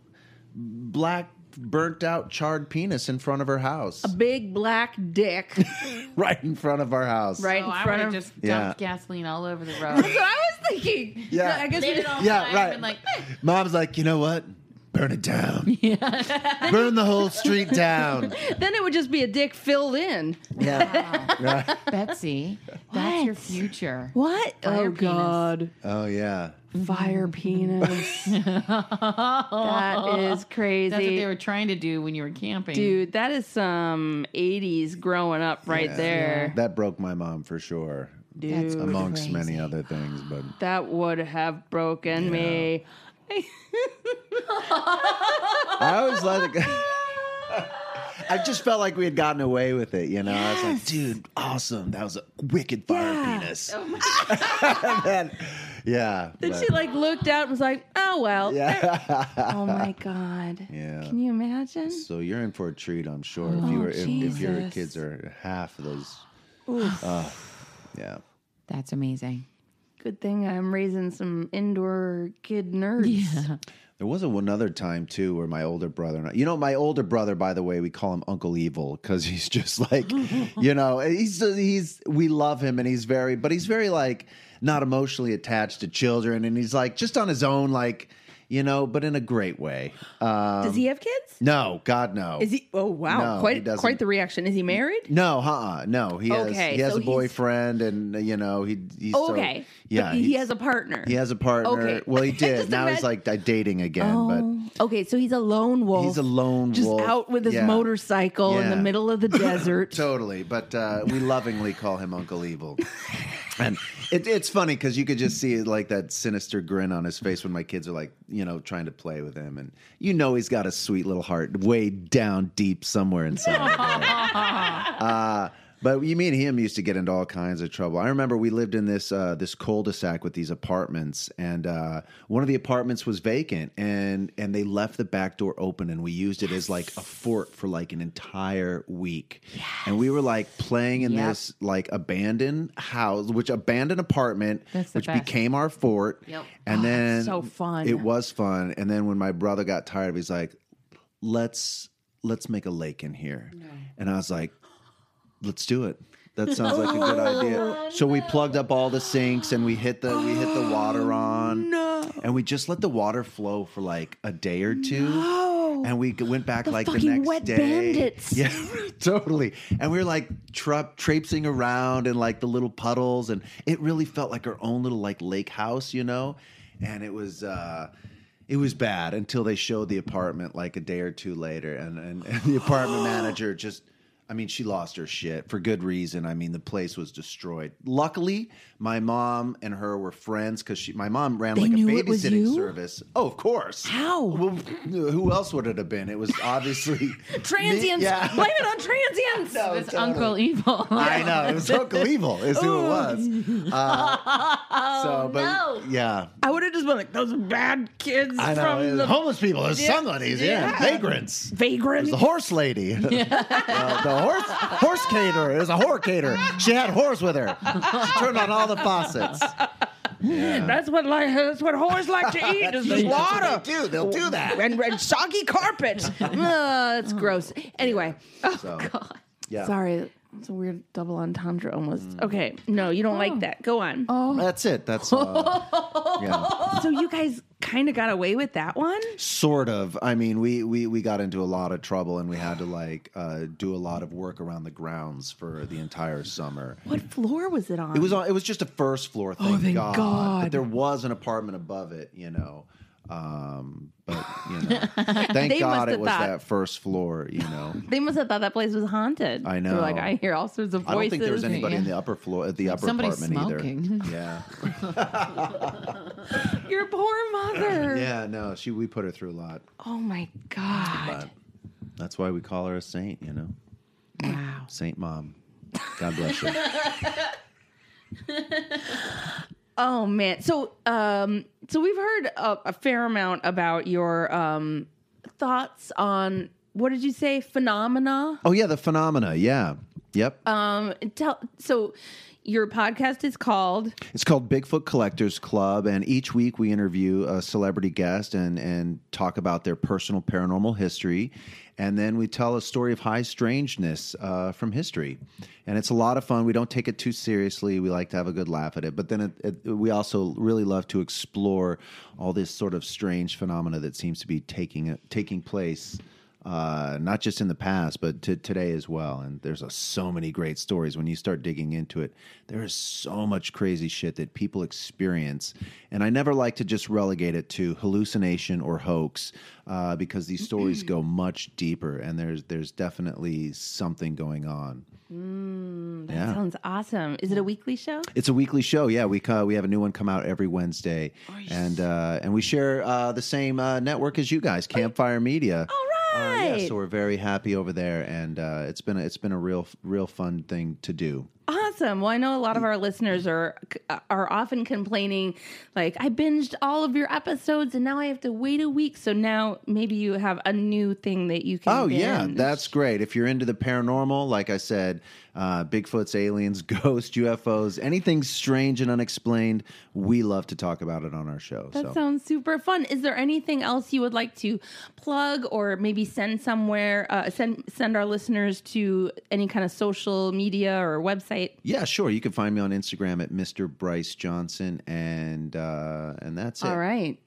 black, burnt out, charred penis in front of her house,
Big black dick
right in front of our house,
right
Oh,
in
I would
front
have
of.
just dumped
Yeah.
gasoline all over the road.
That's what I was thinking.
Yeah.
I guess
Lit it on
Yeah,
fire
right.
and, like,
Mom's like, you know what? Burn it down. Burn the whole street down.
then it would just be a dick filled in.
Yeah. Right.
Betsy, that's your future.
What?
Fire
oh
penis.
God!
Oh yeah.
Fire penis. that is crazy.
That's what they were trying to do when you were camping.
Dude, that is some '80s growing up right there.
That broke my mom for sure.
That's
Dude,
amongst
crazy.
many other things, but
that would have broken me.
I always let it go. I just felt like we had gotten away with it, you know. I was like, dude, awesome. That was a wicked fire penis. And then- yeah.
Then
but-
Oh she like looked out and was like, "Oh well."
yeah.
Oh my God.
Yeah.
Can you imagine?
So you're in for a treat, I'm sure. if you were if, if your
Jesus.
kids are half of those Ugh. yeah.
That's amazing.
Good thing I'm raising some indoor kid nerds.
There was a, another time too where my older brother, and I, you know, my older brother, by the way, we call him Uncle Evil because he's just like, you know, he's he's we love him and he's very, but he's very like not emotionally attached to children, and he's like just on his own, like. you know, but in a great way. Um,
Does he have kids?
No, God, no.
Is he? Oh wow,
No, he
quite
doesn't.
quite the reaction. Is he married?
No, uh-uh, no. He has
Okay,
he has
so
a
he's-
boyfriend, and you know he he's so-
Oh, okay,
yeah,
But he,
he's-
has a partner.
He has a partner.
Okay.
Well, he
I
did.
just
now he's
imagine-
like uh, dating again,
Oh, okay, so he's a lone
but
wolf.
he's a lone
just
wolf.
out with his
Yeah,
motorcycle in the
Yeah.
middle of the desert.
Totally, but uh, we lovingly call him Uncle Evil. And it, it's funny because you could just see like that sinister grin on his face when my kids are like, you know, trying to play with him, and you know he's got a sweet little heart way down deep somewhere inside. of him. Uh, but you, me and him used to get into all kinds of trouble. I remember we lived in this uh, this cul-de-sac with these apartments, and uh, one of the apartments was vacant, and and they left the back door open, and we used it as like a fort for like an entire week, and we were like playing in
Yep.
this like abandoned house, which abandoned apartment,
That's the
which
best.
became our fort,
Yep.
and then
so fun.
It was fun, and then when my brother got tired, he's like, "Let's." Let's make a lake in here. And I was like, let's do it. That sounds like a good
Oh,
idea. So we plugged up all the sinks and we hit the we hit the water on. No. And we just let the water flow for like a day or two. And we g- went back like the
fucking
next
wet
day.
bandits.
Yeah, totally. And we were like tra- traipsing around in like the little puddles, and it really felt like our own little like lake house, you know. And it was uh, it was bad until they showed the apartment like a day or two later, and and, and the apartment manager just. I mean, she lost her shit for good reason. I mean, the place was destroyed. Luckily, my mom and her were friends because my mom ran like a
knew it was
babysitting
you?
service. Oh, of course.
How?
Well, who else would it have been? It was obviously
Transients,
Me- yeah.
blame it on transients.
No,
It's
totally.
Uncle Evil.
I know it was Uncle Evil is who it was. Uh, so, but yeah,
I would have just been like those bad kids
I know it
from
was
the
homeless people, there's somebody's yeah,
yeah.
vagrants. It was
vagrant.
the horse lady, Uh, the horse horse caterer. It was a whore caterer. She had horse with her. She turned on all the faucets.
That's what like that's what whores like to eat is the water
They do they'll do that?
and, and soggy carpet. Ugh, it's gross. Anyway,
So, yeah,
sorry, it's a weird double entendre almost. Mm. Oh. Okay, no, you don't like that. Go on.
that's it. That's uh, yeah.
So you guys kind of got away with that one.
sort of i mean we we we got into a lot of trouble and we had to like uh do a lot of work around the grounds for the entire summer
What floor was it on?
it was on it was just a first floor thing
Oh, thank
god,
God.
but there was an apartment above it you know um but you know thank
They
god
must
it
have
was
thought-
that first floor you know
They must have thought that place was haunted.
I
They
know.
were like I hear all sorts of voices.
i don't think there was anybody in
yeah.
the upper floor at the upper
Somebody's
apartment
smoking.
either yeah
Your poor mother.
yeah no she we put her through a lot
Oh my god.
that's why we call her a saint you know wow saint mom god bless her
Oh man. So um so we've heard a, a fair amount about your um thoughts on what did you say phenomena?
Oh yeah, the phenomena. Yeah. Yep.
Um tell so your podcast is called
it's called Bigfoot Collectors Club, and each week we interview a celebrity guest and and talk about their personal paranormal history, and then we tell a story of high strangeness uh, from history, and it's a lot of fun. We don't take it too seriously. We like to have a good laugh at it, but then it, it, we also really love to explore all this sort of strange phenomena that seems to be taking taking place. uh, not just in the past, but to today as well. And there's a, so many great stories when you start digging into it. There is so much crazy shit that people experience, and I never like to just relegate it to hallucination or hoax uh, because these stories go much deeper, and there's there's definitely something going on.
That
Yeah.
sounds awesome. Is it a weekly show?
It's a weekly show. Yeah, we co- we have a new one come out every Wednesday, and uh, and we share uh, the same uh, network as you guys, Campfire Media. All
Oh, right.
yeah, so we're very happy over there, and uh, it's been a, it's been a real real fun thing to do.
Awesome. Well, I know a lot of our listeners are uh, are often complaining, like I binged all of your episodes and now I have to wait a week. So now maybe you have a new thing that you can.
Oh yeah,
binge.
that's great. If you're into the paranormal, like I said, uh, Bigfoot's, aliens, ghosts, UFOs, anything strange and unexplained, we love to talk about it on our show.
that
so.
sounds super fun. Is there anything else you would like to plug or maybe send somewhere? Uh, send send our listeners to any kind of social media or website.
Yeah, sure. You can find me on Instagram at Mr. Bryce Johnson, and uh, and that's it.
All right.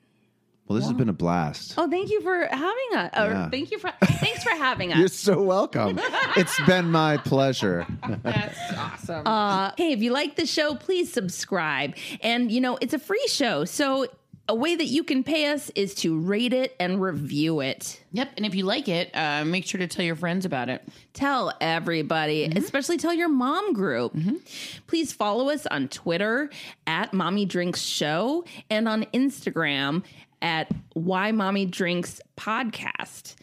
Well, this has been a blast.
Oh, thank you for having us. Or
Yeah.
thank you for thanks for having
You're
us.
so welcome. it's been my pleasure.
That's awesome.
Uh, hey, if you like the show, please subscribe. And you know, it's a free show, so a way that you can pay us is to rate it and review it.
yep. And if you like it, uh, make sure to tell your friends about it.
Tell everybody, especially tell your mom group. Please follow us on Twitter at Mommy Drinks Show and on Instagram at Why Mommy Drinks Podcast.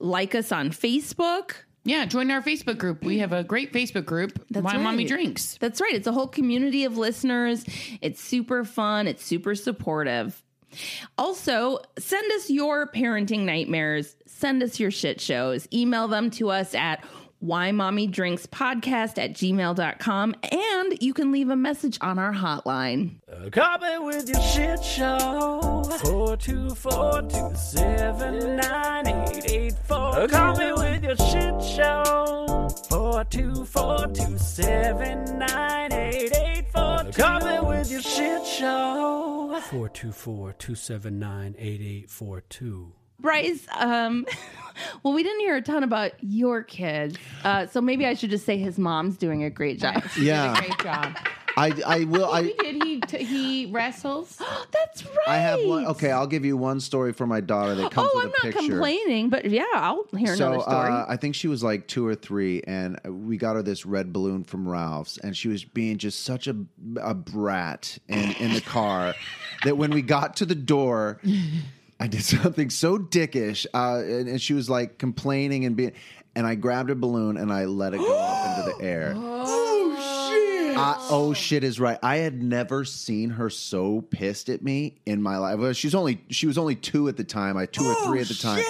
Like us on Facebook.
Yeah, join our Facebook group. We have a great Facebook group.
That's
Why
right.
Mommy Drinks.
That's right. It's a whole community of listeners. It's super fun, it's super supportive. Also, send us your parenting nightmares, send us your shit shows, email them to us at why mommy drinks podcast at gmail.com and you can leave a message on our hotline
Copy with your shit show. 424279884. Copy with your shit show. 424279884. Copy with your shit show. 424
bryce um well we didn't hear a ton about your kids uh so maybe i should just say his mom's doing a great job
Yeah,
Great job.
I I will. I
he did. He t- he wrestles.
that's right
I have one. Okay, I'll give you one story for my daughter that comes
oh
with
i'm
a
not
picture.
complaining but yeah i'll hear
so
another story
Uh, I think she was like two or three, and we got her this red balloon from Ralph's, and she was being just such a a brat in in the car that when we got to the door. I did something so dickish, uh, and, and she was like complaining and being. And I grabbed a balloon and I let it go up into the air.
Oh.
I, oh shit is right. I had never seen her so pissed at me in my life. Well, she's only she was only two at the time. I two or three at the time.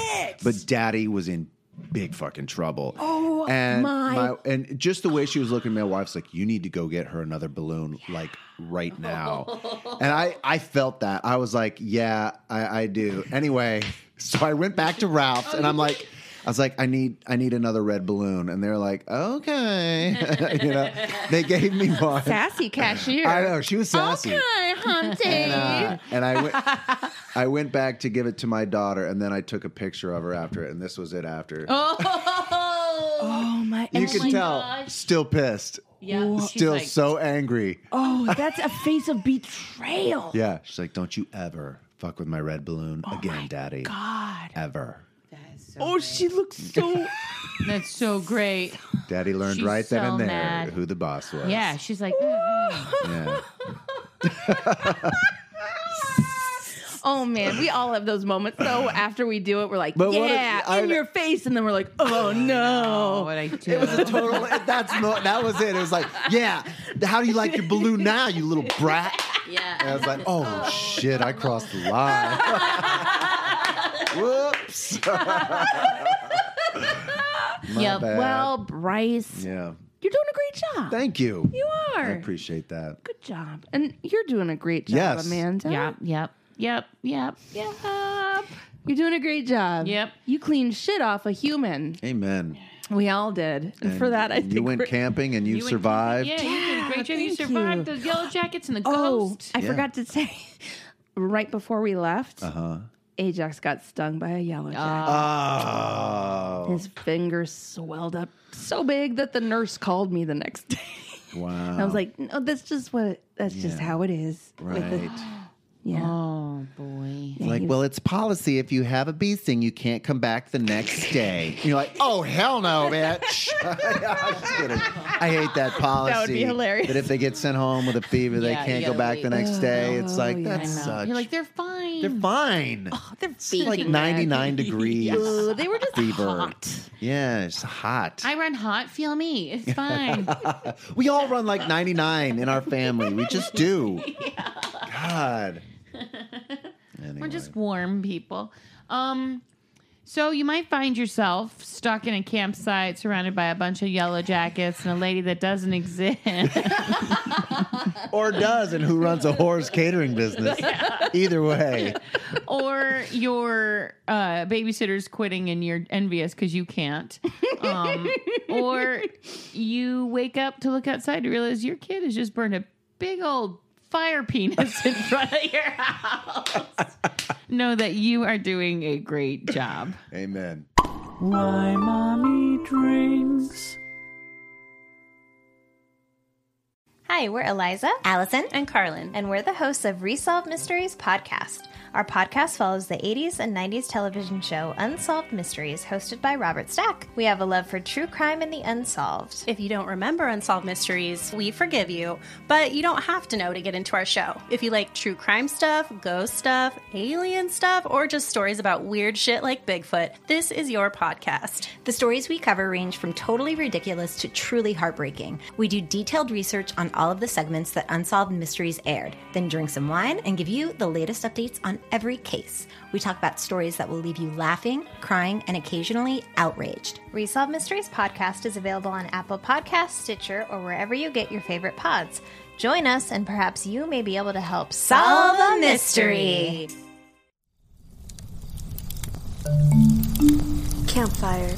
But daddy was in big fucking trouble. Oh and
my-
and just the way she was looking at me, my wife's like, You need to go get her another balloon like right now. and I I felt that. I was like, Yeah, I, I do. Anyway, so I went back to Ralph's and I'm like I was like, I need, I need another red balloon, and they're like, okay, you know, they gave me one.
sassy cashier.
I know she was sassy.
Okay, hunting.
Uh, and I went, I went back to give it to my daughter, and then I took a picture of her after it, and this was it after.
oh my!
you
oh
can
my
tell,
God.
still pissed,
Yeah. She's
still
like,
so angry.
Oh, that's a face of betrayal.
Yeah, she's like, "Don't you ever fuck with my red balloon
Oh
again, Daddy?
God.
Ever."
Oh, she looks so.
That's so great.
Daddy learned
She's
right then
so
and there
mad.
who the boss was.
Yeah. She's like. "Mm, mm-mm.
Yeah.
oh man, we all have those moments. though after we do it, we're like,
But what
yeah,
if- I-
in your face, and then we're like, oh
Oh,
no.
what I do.
It was a total. That's mo- that was it. It was like, yeah. How do you like your balloon now, you little brat?
Yeah.
And I was like, oh shit, I crossed the line. Whoops. My
Yep,
bad.
Well, Bryce,
yeah.
you're doing a great job.
Thank you.
you
I
are.
appreciate that.
Good job, and you're doing a great job,
Yes.
Amanda.
Yep. Yep. Yep. Yep.
Yep. You're doing a great job.
Yep.
You cleaned shit off a human.
Amen.
We all did. And, for that, I think
you went
we're-
camping and you,
You went-
survived.
Yeah, you did a great job. You
thank
survived
you.
the yellow jackets and the
Oh,
ghost.
I
Yeah.
forgot to say, right before we left,
Uh-huh.
Ajax got stung by a yellow jacket.
Oh.
His fingers swelled up so big that the nurse called me the next day.
Wow.
I was like, "No, that's just what. That's just how it is." with the-
right.
yeah.
Oh boy.
Like, well, it's policy. If you have a bee sting, you can't come back the next day. And you're like, oh, hell no, bitch. I'm just kidding. I hate that policy.
That would be hilarious.
That if they get sent home with a fever, they
Yeah, you
can't go
gotta
back
wait.
the next day. It's like,
"Oh, yeah. I
that's
know.
such.
You're like they're fine.
they're fine.
Oh, They're
it's like 99 degrees.
Ooh, they were just
Fever.
hot.
Yeah, it's hot.
I run hot. Feel me. It's fine.
we all run like 99 in our family. We just do. God.
We're just warm people. Um, so you might find yourself stuck in a campsite surrounded by a bunch of yellow jackets and a lady that doesn't exist.
Or does, and who runs a horse catering business. Either way.
or your uh, babysitter's quitting and you're envious because you can't. Um, or you wake up to look outside to realize your kid has just burned a big old fire penis in front of your house. know that you are doing a great job.
Amen.
My mommy drinks.
Hi, we're Eliza, Allison, and Carlin, and we're the hosts of Resolved Mysteries podcast. Our podcast follows the 80s and 90s television show Unsolved Mysteries, hosted by Robert Stack. We have a love for true crime and the unsolved.
If you don't remember Unsolved Mysteries, we forgive you, but you don't have to know to get into our show. If you like true crime stuff, ghost stuff, alien stuff, or just stories about weird shit like Bigfoot, this is your podcast.
The stories we cover range from totally ridiculous to truly heartbreaking. We do detailed research on all of the segments that Unsolved Mysteries aired, then drink some wine and give you the latest updates on every case. We talk about stories that will leave you laughing, crying, and occasionally outraged.
Resolve Mysteries podcast is available on Apple Podcasts, Stitcher, or wherever you get your favorite pods.
Join us, and perhaps you may be able to help
solve a mystery.
Campfire.